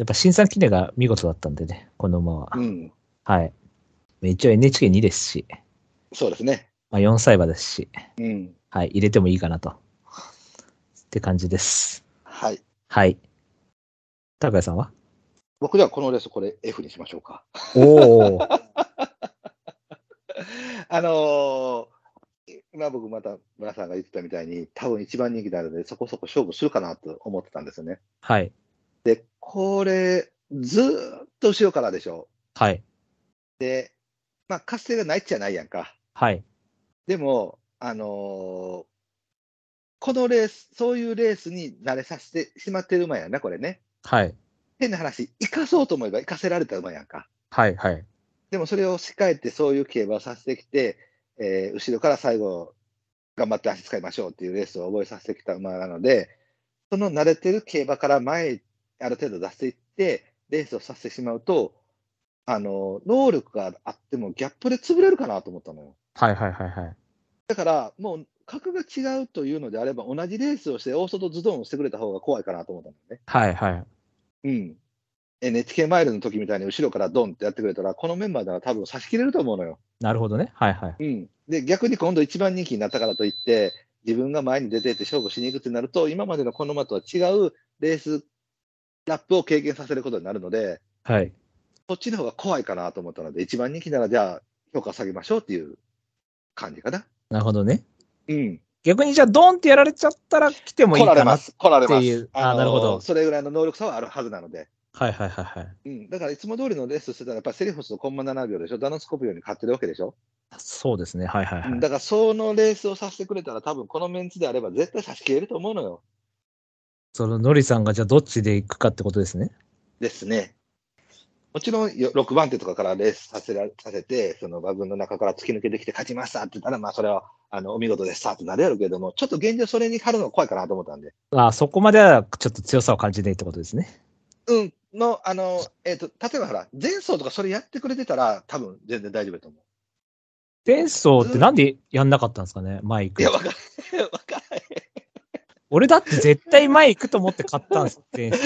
っぱ新産記念が見事だったんでね、この馬は。うん。はい。一応 NHK2 ですし、そうですね。まあ、4歳馬ですし、うん。はい、入れてもいいかなと。って感じです。はい。はい。高谷さんは僕ではこのレース、これ F にしましょうか。おお [laughs] あのー、今僕また村さんが言ってたみたいに、多分一番人気なので、そこそこ勝負するかなと思ってたんですよね。 [laughs] はい。で、これ、ずーっと後ろからでしょ。はい。で、まあ、活性がないっちゃないやんか。はい。でも、あのーこのレース、そういうレースに慣れさせてしまってる馬やな、これね。はい。変な話、生かそうと思えば生かせられた馬やんか。はい。はい。でもそれを仕えて、そういう競馬をさせてきて、えー後ろから最後、頑張って足使いましょうっていうレースを覚えさせてきた馬なので、その慣れてる競馬から前へ、ある程度出していって、レースをさせてしまうと、あの能力があってもギャップで潰れるかなと思ったのよ。はい。はい。はい。はい。だから、もう格が違うというのであれば、同じレースをして、大外ズドンをしてくれた方が怖いかなと思ったんだよはいはい。ね。うん。NHK マイルの時みたいに後ろからドンってやってくれたら、このメンバーなら多分差し切れると思うのよ。なるほどね。はいはい。うん。で、逆に今度一番人気になったからといって、自分が前に出ていって勝負しに行くってなると、今までのこの馬とは違うレース、ラップを経験させることになるので、はい。そっちの方が怖いかなと思ったので、一番人気ならじゃあ評価下げましょうっていう感じかな。なるほどね。うん。逆にじゃあ、ドンってやられちゃったら来てもいい来られかな。まはいす。来られまっていうす。あーのーなるほどそれぐらいの能力差はあるはずなので。はいはいはい。うん。だからいつも通りのレースしてたら、やっぱりセリフォスとコンマ7秒でしょ。ダノンスコピオに勝ってるわけでしょ。そうですね。はいはいはうんい。だからそのレースをさせてくれたら、多分このメンツであれば絶対差し切れると思うのよ。その、ノリさんがじゃあどっちで行くかってことですね。ですね。もちろんよ6番手とかからレースさせらさせて、その馬群の中から突き抜けてきて勝ちましたって言ったら、まあそれはあのお見事でしたってなるやろうけども、ちょっと現状それに張るのが怖いかなと思ったんで。あそこまではちょっと強さを感じないってことですね。うん、の、あの、えっ、と、例えばほら、前走とかそれやってくれてたら、多分全然大丈夫だと思前走ってなんでやんなかったんですかね、マイう。いクや、。わからへん、わからへん。俺だって絶対前行くと思って買ったんです、前 [laughs] 走。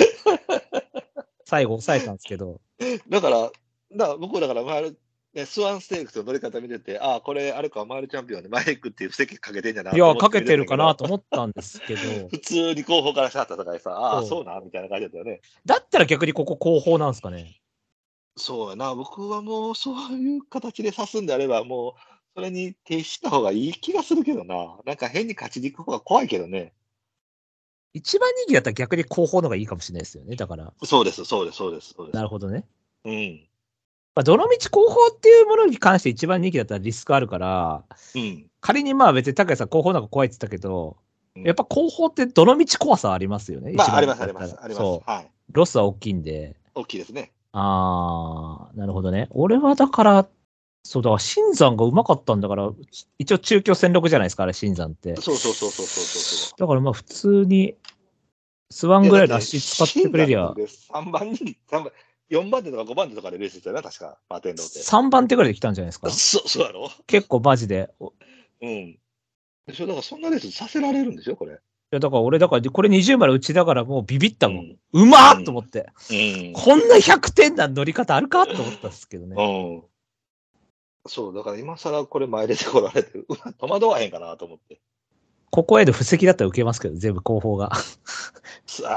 最後抑えたんですけど。だから、だから僕だから、マイル、ね、スワンステークスの乗り方見てて、ああ、これ、あれか、マイルチャンピオンでマイクっていう布石かけてんじゃないいや、かけてるかなと思ったんですけど。普通に後方からした戦いさ、ああ、そそううな、みたいな感じだったよね。だったら逆にここ後方なんですかね。そうやな、僕はもう、そういう形で指すんであれば、もう、それに徹した方がいい気がするけどな。なんか変に勝ちに行く方が怖いけどね。一番人気だったら逆に後方の方がいいかもしれないですよね。だから。そうです、そうです、そうです、そうでなす。るほどね。うん。まあ、どのみち後方っていうものに関して一番人気だったらリスクあるから、うん。仮にまあ別に高橋さん後方なんか怖いって言ったけど、うんやっぱ後方ってどのみち怖さはありますよね。ま一あ、番あり人ま気す、だあっりたまらそす、ありますう。。はい。ロスは大きいんで。大きいですね。あー、なるほどね。俺はだから、そうだ、新山がうまかったんだから、一応中京戦力じゃないですか、あれ、新山って。そうそうそうそうそうそう。だからまあ普通に、スワンぐらいラッシュ使ってくれりゃ、 3番人気、三番、4番手とか5番手とかでレースしてたよな、確か、バーテンドって。 3番手ぐらいで来たんじゃないですか。そう、そうやろ結構マジで。おいうん。でしょ、だからそんなレースさせられるんでしょ、これ。や、だから俺、だから、これ20枚うちだからもうビビったうもん。ん。うまーっと思って。うんこんな100点な乗り方あるかと思ったんですけどね。うん。そう、だから今更これ前出てこられて、うわ、戸惑わへんかなと思って。ここへの布石だったら受けますけど、全部後方が。あ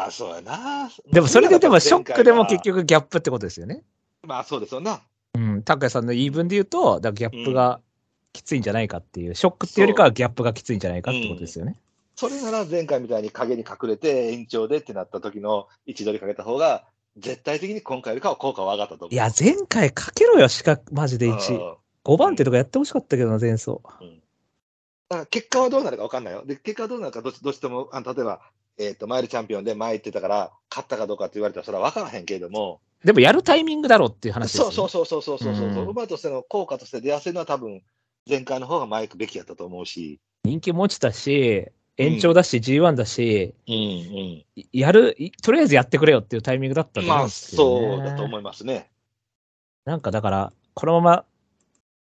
あ、そうやな。でもそれででもショックでも結前回は。局ギャップってことですよね。まあそうですよな。うん、拓也さんの言い分で言うと、だからギャップがきついんじゃないかっていう、ショックっていうよりかはギャップがきついんじゃないかってことですよね。それなら前回みたいに影に隠れて延長でってなった時の位置取りかけた方が、絶対的に今回よりかは効果は上がったと思う。いや、前回かけろよ、しか、マジでうん、 1。だ5番手とかやってほしかったけどな、前走。から結果はどうなるか分かんないよ。で、結果はどうなるかどっち、どっちとも、あの例えば、えっ、と、マイルチャンピオンで前行ってたから、勝ったかどうかって言われたら、それは分からへんけれども、でもやるタイミングだろうっていう話ですよそね。うそうそうそうそうそうそう、うん馬としての効果として出やすいのは多分前回の方がマイクべきやったと思うし、人気も落ちたし、延長だし、G1 だし、うんうんいやる、いとりあえずやってくれよっていうタイミングだったと思まうんあですけど、ね。そうだと思いますね。なんかだから、このまま、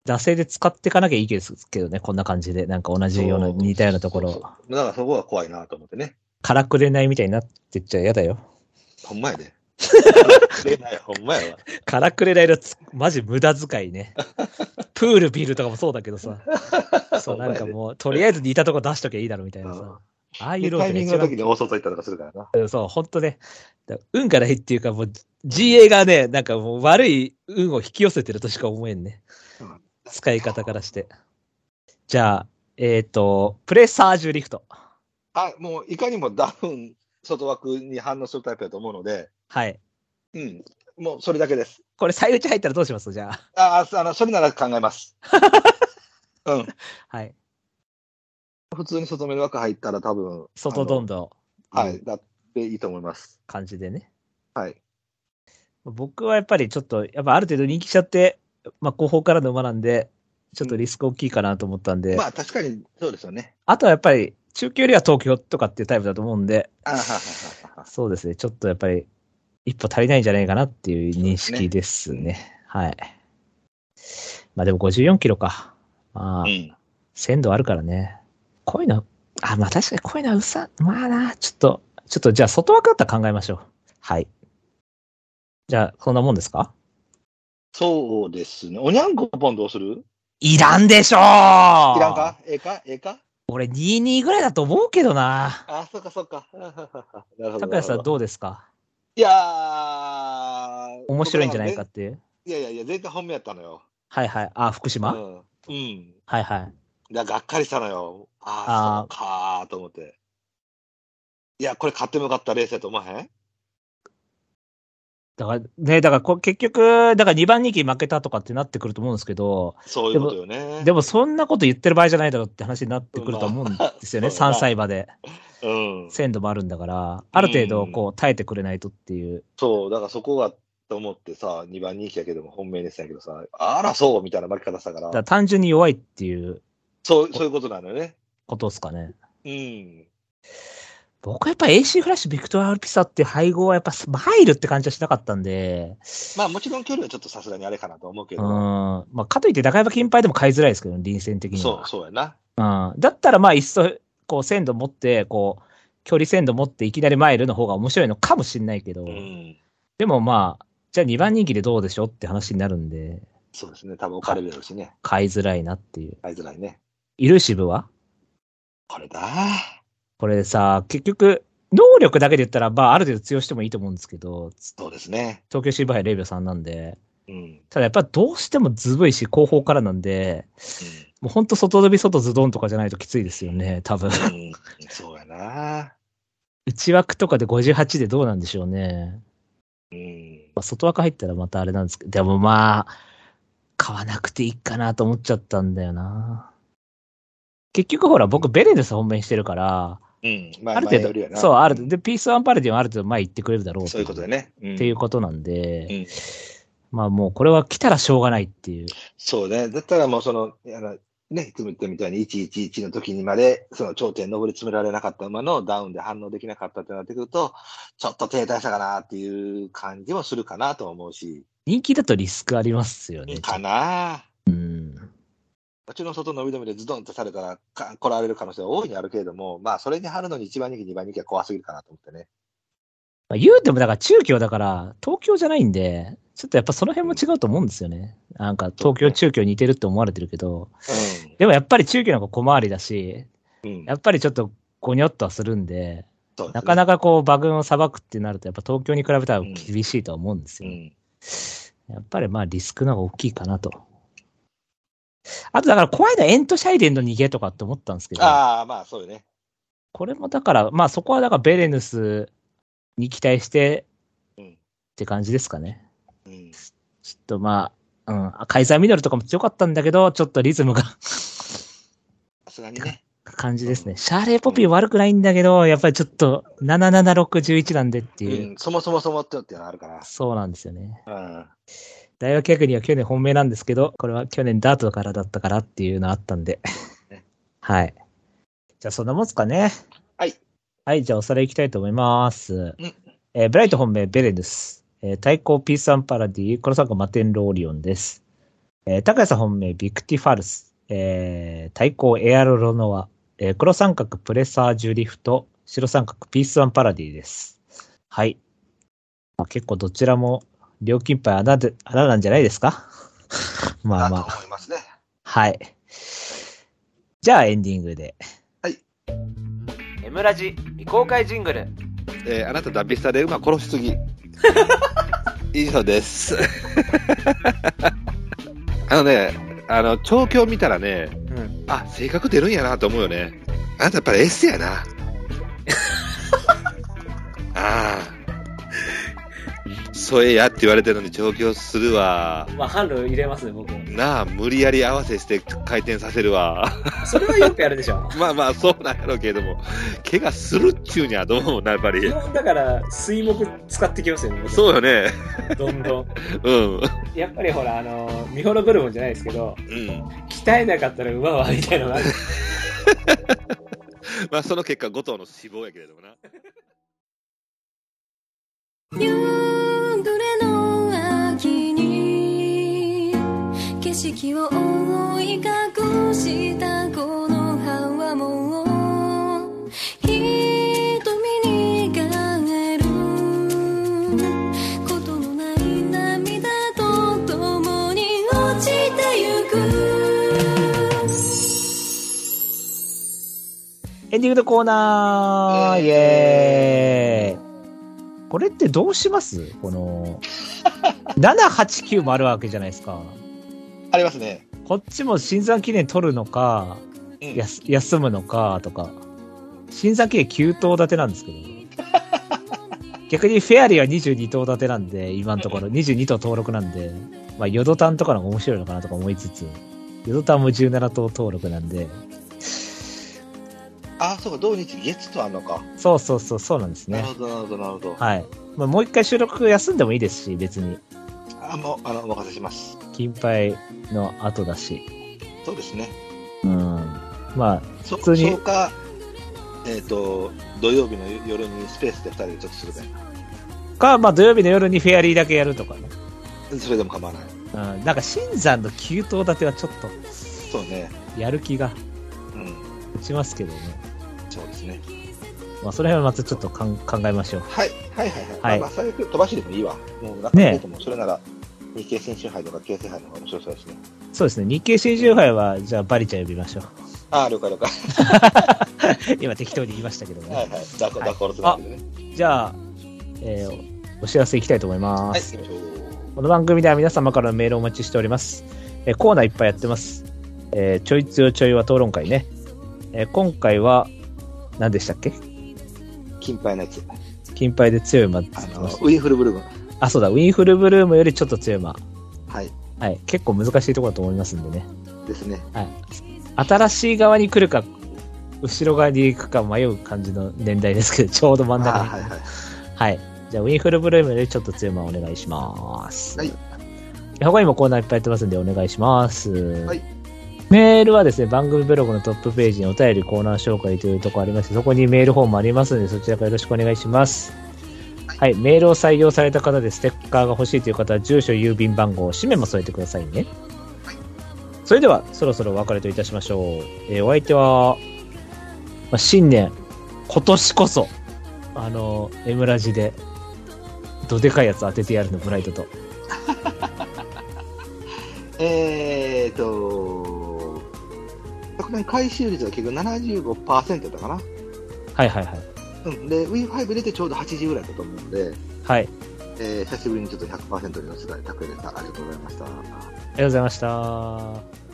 惰性で使っていかなきゃいいですけどね、こんな感じで。なんか同じような、そう似たようなとこそろ。うだからそこが怖いなと思ってね。からくれないみたいになってっちゃ嫌だよ。ほんま [laughs] やで。出ないほんまやわ。からくれないのつ、マジ無駄遣い [laughs] ね。プールビールとかもそうだけどさ。そう、なんかもう、とりあえず似たとこ出しときゃいいだろみたいなさ。ああいうでロータテがイミン一グの番時に大外行ったりとかするからな。そう、本当ね。だ運がないっていうか、もう、GA がね、なんかもう悪い運を引き寄せてるとしか思えんねうん。使い方からして。じゃあ、えっ、と、プレサージュリフト。あ、もういかにもダウン、外枠に反応するタイプだと思うので、はい。うん、もうそれだけです。これ、最内入ったらどうしますじゃあ。ああ、あの、それなら考 [laughs] えます。うん。はい。普通に外目の枠入ったら多分、外どんどあのはい、だっていいと思います。ん感じでね。はい。僕はやっぱりちょっと、やっぱある程度人気者って、まあ、後方からの馬なんで、ちょっとリスク大きいかなと思ったんで、まあ確かにそうですよね。あとはやっぱり、中級よりは東京とかっていうタイプだと思うんで、あははははそうですね。ちょっとやっぱり、一歩足りないんじゃないかなっていう認識ですね。はい。まあでも54キロか。まあ、うん。鮮度あるからね。こういうの、あ、まあ確かにこういうのはうさ、まあな、ちょっと、ちょっとじゃあ外枠だったら考えましょう。はい。じゃあ、そんなもんですかそうですね。おにゃんこポンどうするいらんでしょういらいらんかええかええか俺22ぐらいだと思うけどな。あ、そっかそっか。なるほど。高橋さなるほんどうですかいやー、面白いんじゃないかっていう。いやいやいや、前回本命やったのよ。はいはい。あ、福島、うん。うん。はいはい。だからがっかりしたのよ。あーああ、そうかーと思って。いや、これ買ってもよかったレースやと思わへんだから、ね、だからこ結局、だから2番人気負けたとかってなってくると思うんですけど、そういうことよね。でも、もそんなこと言ってる場合じゃないだろうって話になってくると思うんですよね。まあ3歳馬で。うん。鮮度もあるんだから、ある程度こう耐えてくれないとっていう。そう、だからそこがと思ってさ、2番人気やけども、本命でしたけどさ、あら、そうみたいな負け方したかだらから、単純に弱いっていうそうそういうことなのよね。ことですかね。うん。僕はやっぱ AC フラッシュ、ビクトリア・アルピサっていう配合はやっぱ入るって感じはしなかったんで、まあ、もちろん距離はちょっとさすがにあれかなと思うけうん。ど、まあ、かといって中山金牌でも買いづらいですけど、臨戦的には。そう、そうやな。うん。だったらまあ、いっそ、こう、鮮度持って、こう、距離鮮度持っていきなりマイルの方が面白いのかもしれないけど、うん。でもまあ、じゃあ2番人気でどうでしょうって話になるんで、そうですね。多分置かれるやろうしね。買いづらいなっていう。買いづらいね。イルーシブはこれだ。これさ、結局、能力だけで言ったら、まあ、ある程度通用してもいいと思うんですけど、つそうですね。東京シルバー杯0秒3なんで、うん。ただやっぱどうしてもずぶいし、後方からなんで、もうほんと外飛び外ズドンとかじゃないときついですよね、多分。うん。うん、そうやな。内枠とかで58でどうなんでしょうね。うん。まあ外枠入ったらまたあれなんですけど、でもまあ、買わなくていいかなと思っちゃったんだよな。結局ほら、僕ベレネス本命してるから、うん。まある程前よりや度、なそう、ある程度、で、ピースワンパルディはある程度前行ってくれるだろうそういうことだよね。っっていうことなんで、うんまあもうこれは来たらしょうがないっていう。そうね。だったらもうその、あのね、いつも言ったみたいに111の時にまで、その頂点に上り詰められなかった馬のダウンで反応できなかったってなってくると、ちょっと停滞したかなっていう感じもするかなと思うし、人気だとリスクありますよね。かなうん。うちの外伸び伸びでズドンとされたらか、来られる可能性は大いにあるけれども、まあ、それに張るのに1番人気、2番人気は怖すぎるかなと思ってね。まあ、言うてもだから中京だから東京じゃないんで、ちょっとやっぱその辺も違うと思うんですよね。なんか東京中京似てるって思われてるけど、でもやっぱり中京の方が小回りだし、うん。うんやっぱりちょっとゴニョっとはするんで、そうですねなかなかこう馬群を裁くってなるとやっぱ東京に比べたら厳しいとは思うんですうよね。ん。やっぱりまあリスクの方が大きいかなと。あとだから怖いのはエントシャイデンの逃げとかって思ったんですけど、ああ、まあ、そうよね。これもだから、まあそこはだからベレヌスに期待してうんって感じですかね。うん。ちょっとまあ、うん、カイザーミドルとかも強かったんだけど、ちょっとリズムが [laughs] さすがにね。感じですね。シャーレーポピー悪くないんだけど、やっぱりちょっと7761なんでってういう、ん。そもそもそもってのってのはあるかそうなんですよね。ら。うん。大学役には去年本命なんですけど、これは去年ダートからだったからっていうのあったんでね。はい。じゃあそんなもんすかね。はい。はい、じゃあおさらいいきたいと思います。うんえーブライト本命ベレヌス。えー対抗ピースアンパラディ、この3個マテンローリオンです。えー高谷さん本命ビクティファルス。えー対抗エアロロノア。えー黒三角プレサージュリフト。白三角ピースアンパラディです。はい。まあ、結構どちらも料金杯穴で、穴なんじゃないですか [laughs] まあまだあ。と思いますね。はい。じゃあエンディングで。エムラジ未公開ジングルえーあなたダビスタで馬殺しすぎ。以上です。あのね、あの、調教見たらね、んあ、性格出るんやなと思うよね。あなたやっぱりエッセやな。ああ。そうえやって言われてるのに調教するわ。まあ販路入れますね僕なあ、無理やり合わせして回転させるわ。 [laughs] それはよくやるでしょまあまあ、そうなんやろうけれども、怪我するっちゅうにはどうもな、やっぱ基り。本だから水木使ってきますよね僕そうよね。どんどんうん。やっぱりほらあのー見滅ぶるもんじゃないですけどうん。鍛えなかったら馬はみたいなのがあるまあ、その結果、後藤の死亡やけれどもな。夕暮れの秋に景色を覆い隠したこの葉はもうディングのコーナーイエーイこれってどうしますこの、789もあるわけじゃないですか。ありますね。こっちも新山記念取るのか、うんやす休むのかとか、新山記念9頭立てなんですけど、逆にフェアリーは22頭立てなんで、今のところ22頭登録なんで、まあ、ヨドタンとかの方が面白いのかなとか思いつつ、ヨドタンも17頭登録なんで、あ、そうか、土日月とあんのか。そうそうそう、そうなんですなるね。ほど、なるほど、なるほど。はい。まあ、もう一回収録休んでもいいですし、別に。あ、もう、あの、お任せします。金杯の後だし。そうですね。うん。まあ、そ普通にそうか、えっ、と、土曜日の夜にスペースで2人でちょっとするね。か、まあ土曜日の夜にフェアリーだけやるとかね。それでも構わない。うん。なんか、新山の9頭立てはちょっと、そうね。やる気がうん。しますけどね。そうですね。まあ、その辺はまたちょっとかん考えましょう。はい、はい、はい。はい。はいまあ、最悪飛ばしでもいいわ。もう、なんか、ねえもそれなら、日経新春杯とか京成杯の方が面白そうですね。そうですね。日経新春杯は、じゃあ、バリちゃん呼びましょう。 [laughs] ああ、了解了解。今適当に言いましたけどはいね。はい。ダコはいダコロスなんでね。じゃあ、えーお知らせいきたいと思いまはい、す。行きましょう。この番組では皆様からのメールをお待ちしております。えーコーナーいっぱいやってます。えーちょいつよちょいは討論会ね。えー今回は、何でしたっけ金杯のやつ。金牌で強い馬って言あっての、ウました。ィンフルブルーム。あ、そうだ、ウィンフルブルームよりちょっと強い馬。はい。はい。結構難しいところだと思いますんでね。ですね。新しい側に来るか、後ろ側に行くか迷う感じの年代ですけど、ちょうど真ん中あに。ーはいはい。はい。じゃあ、ウィンフルブルームよりちょっと強い馬お願いします。はい。。他にもコーナーいっぱいやってますんでお願いします。はいメールはですね、番組ブログのトップページにお便りコーナー紹介というところありまして、そこにメールフォームありますので、そちらからよろしくお願いします。はい、メールを採用された方でステッカーが欲しいという方は、住所、郵便番号、氏名も添えてくださいね。それでは、そろそろお別れといたしましょう。えーお相手は、まあ、新年、今年こそ、あの、エムラジで、どでかいやつ当ててやるの、ブライトと。えーと、昨年回収率が結局75%だったかな。はいはいはい。うん、で、Wii5 入れてちょうど80ぐらいだったと思うんで、はい。えー久しぶりにちょっと100%に乗せたい、卓でした。ありがとうございました。ありがとうございました。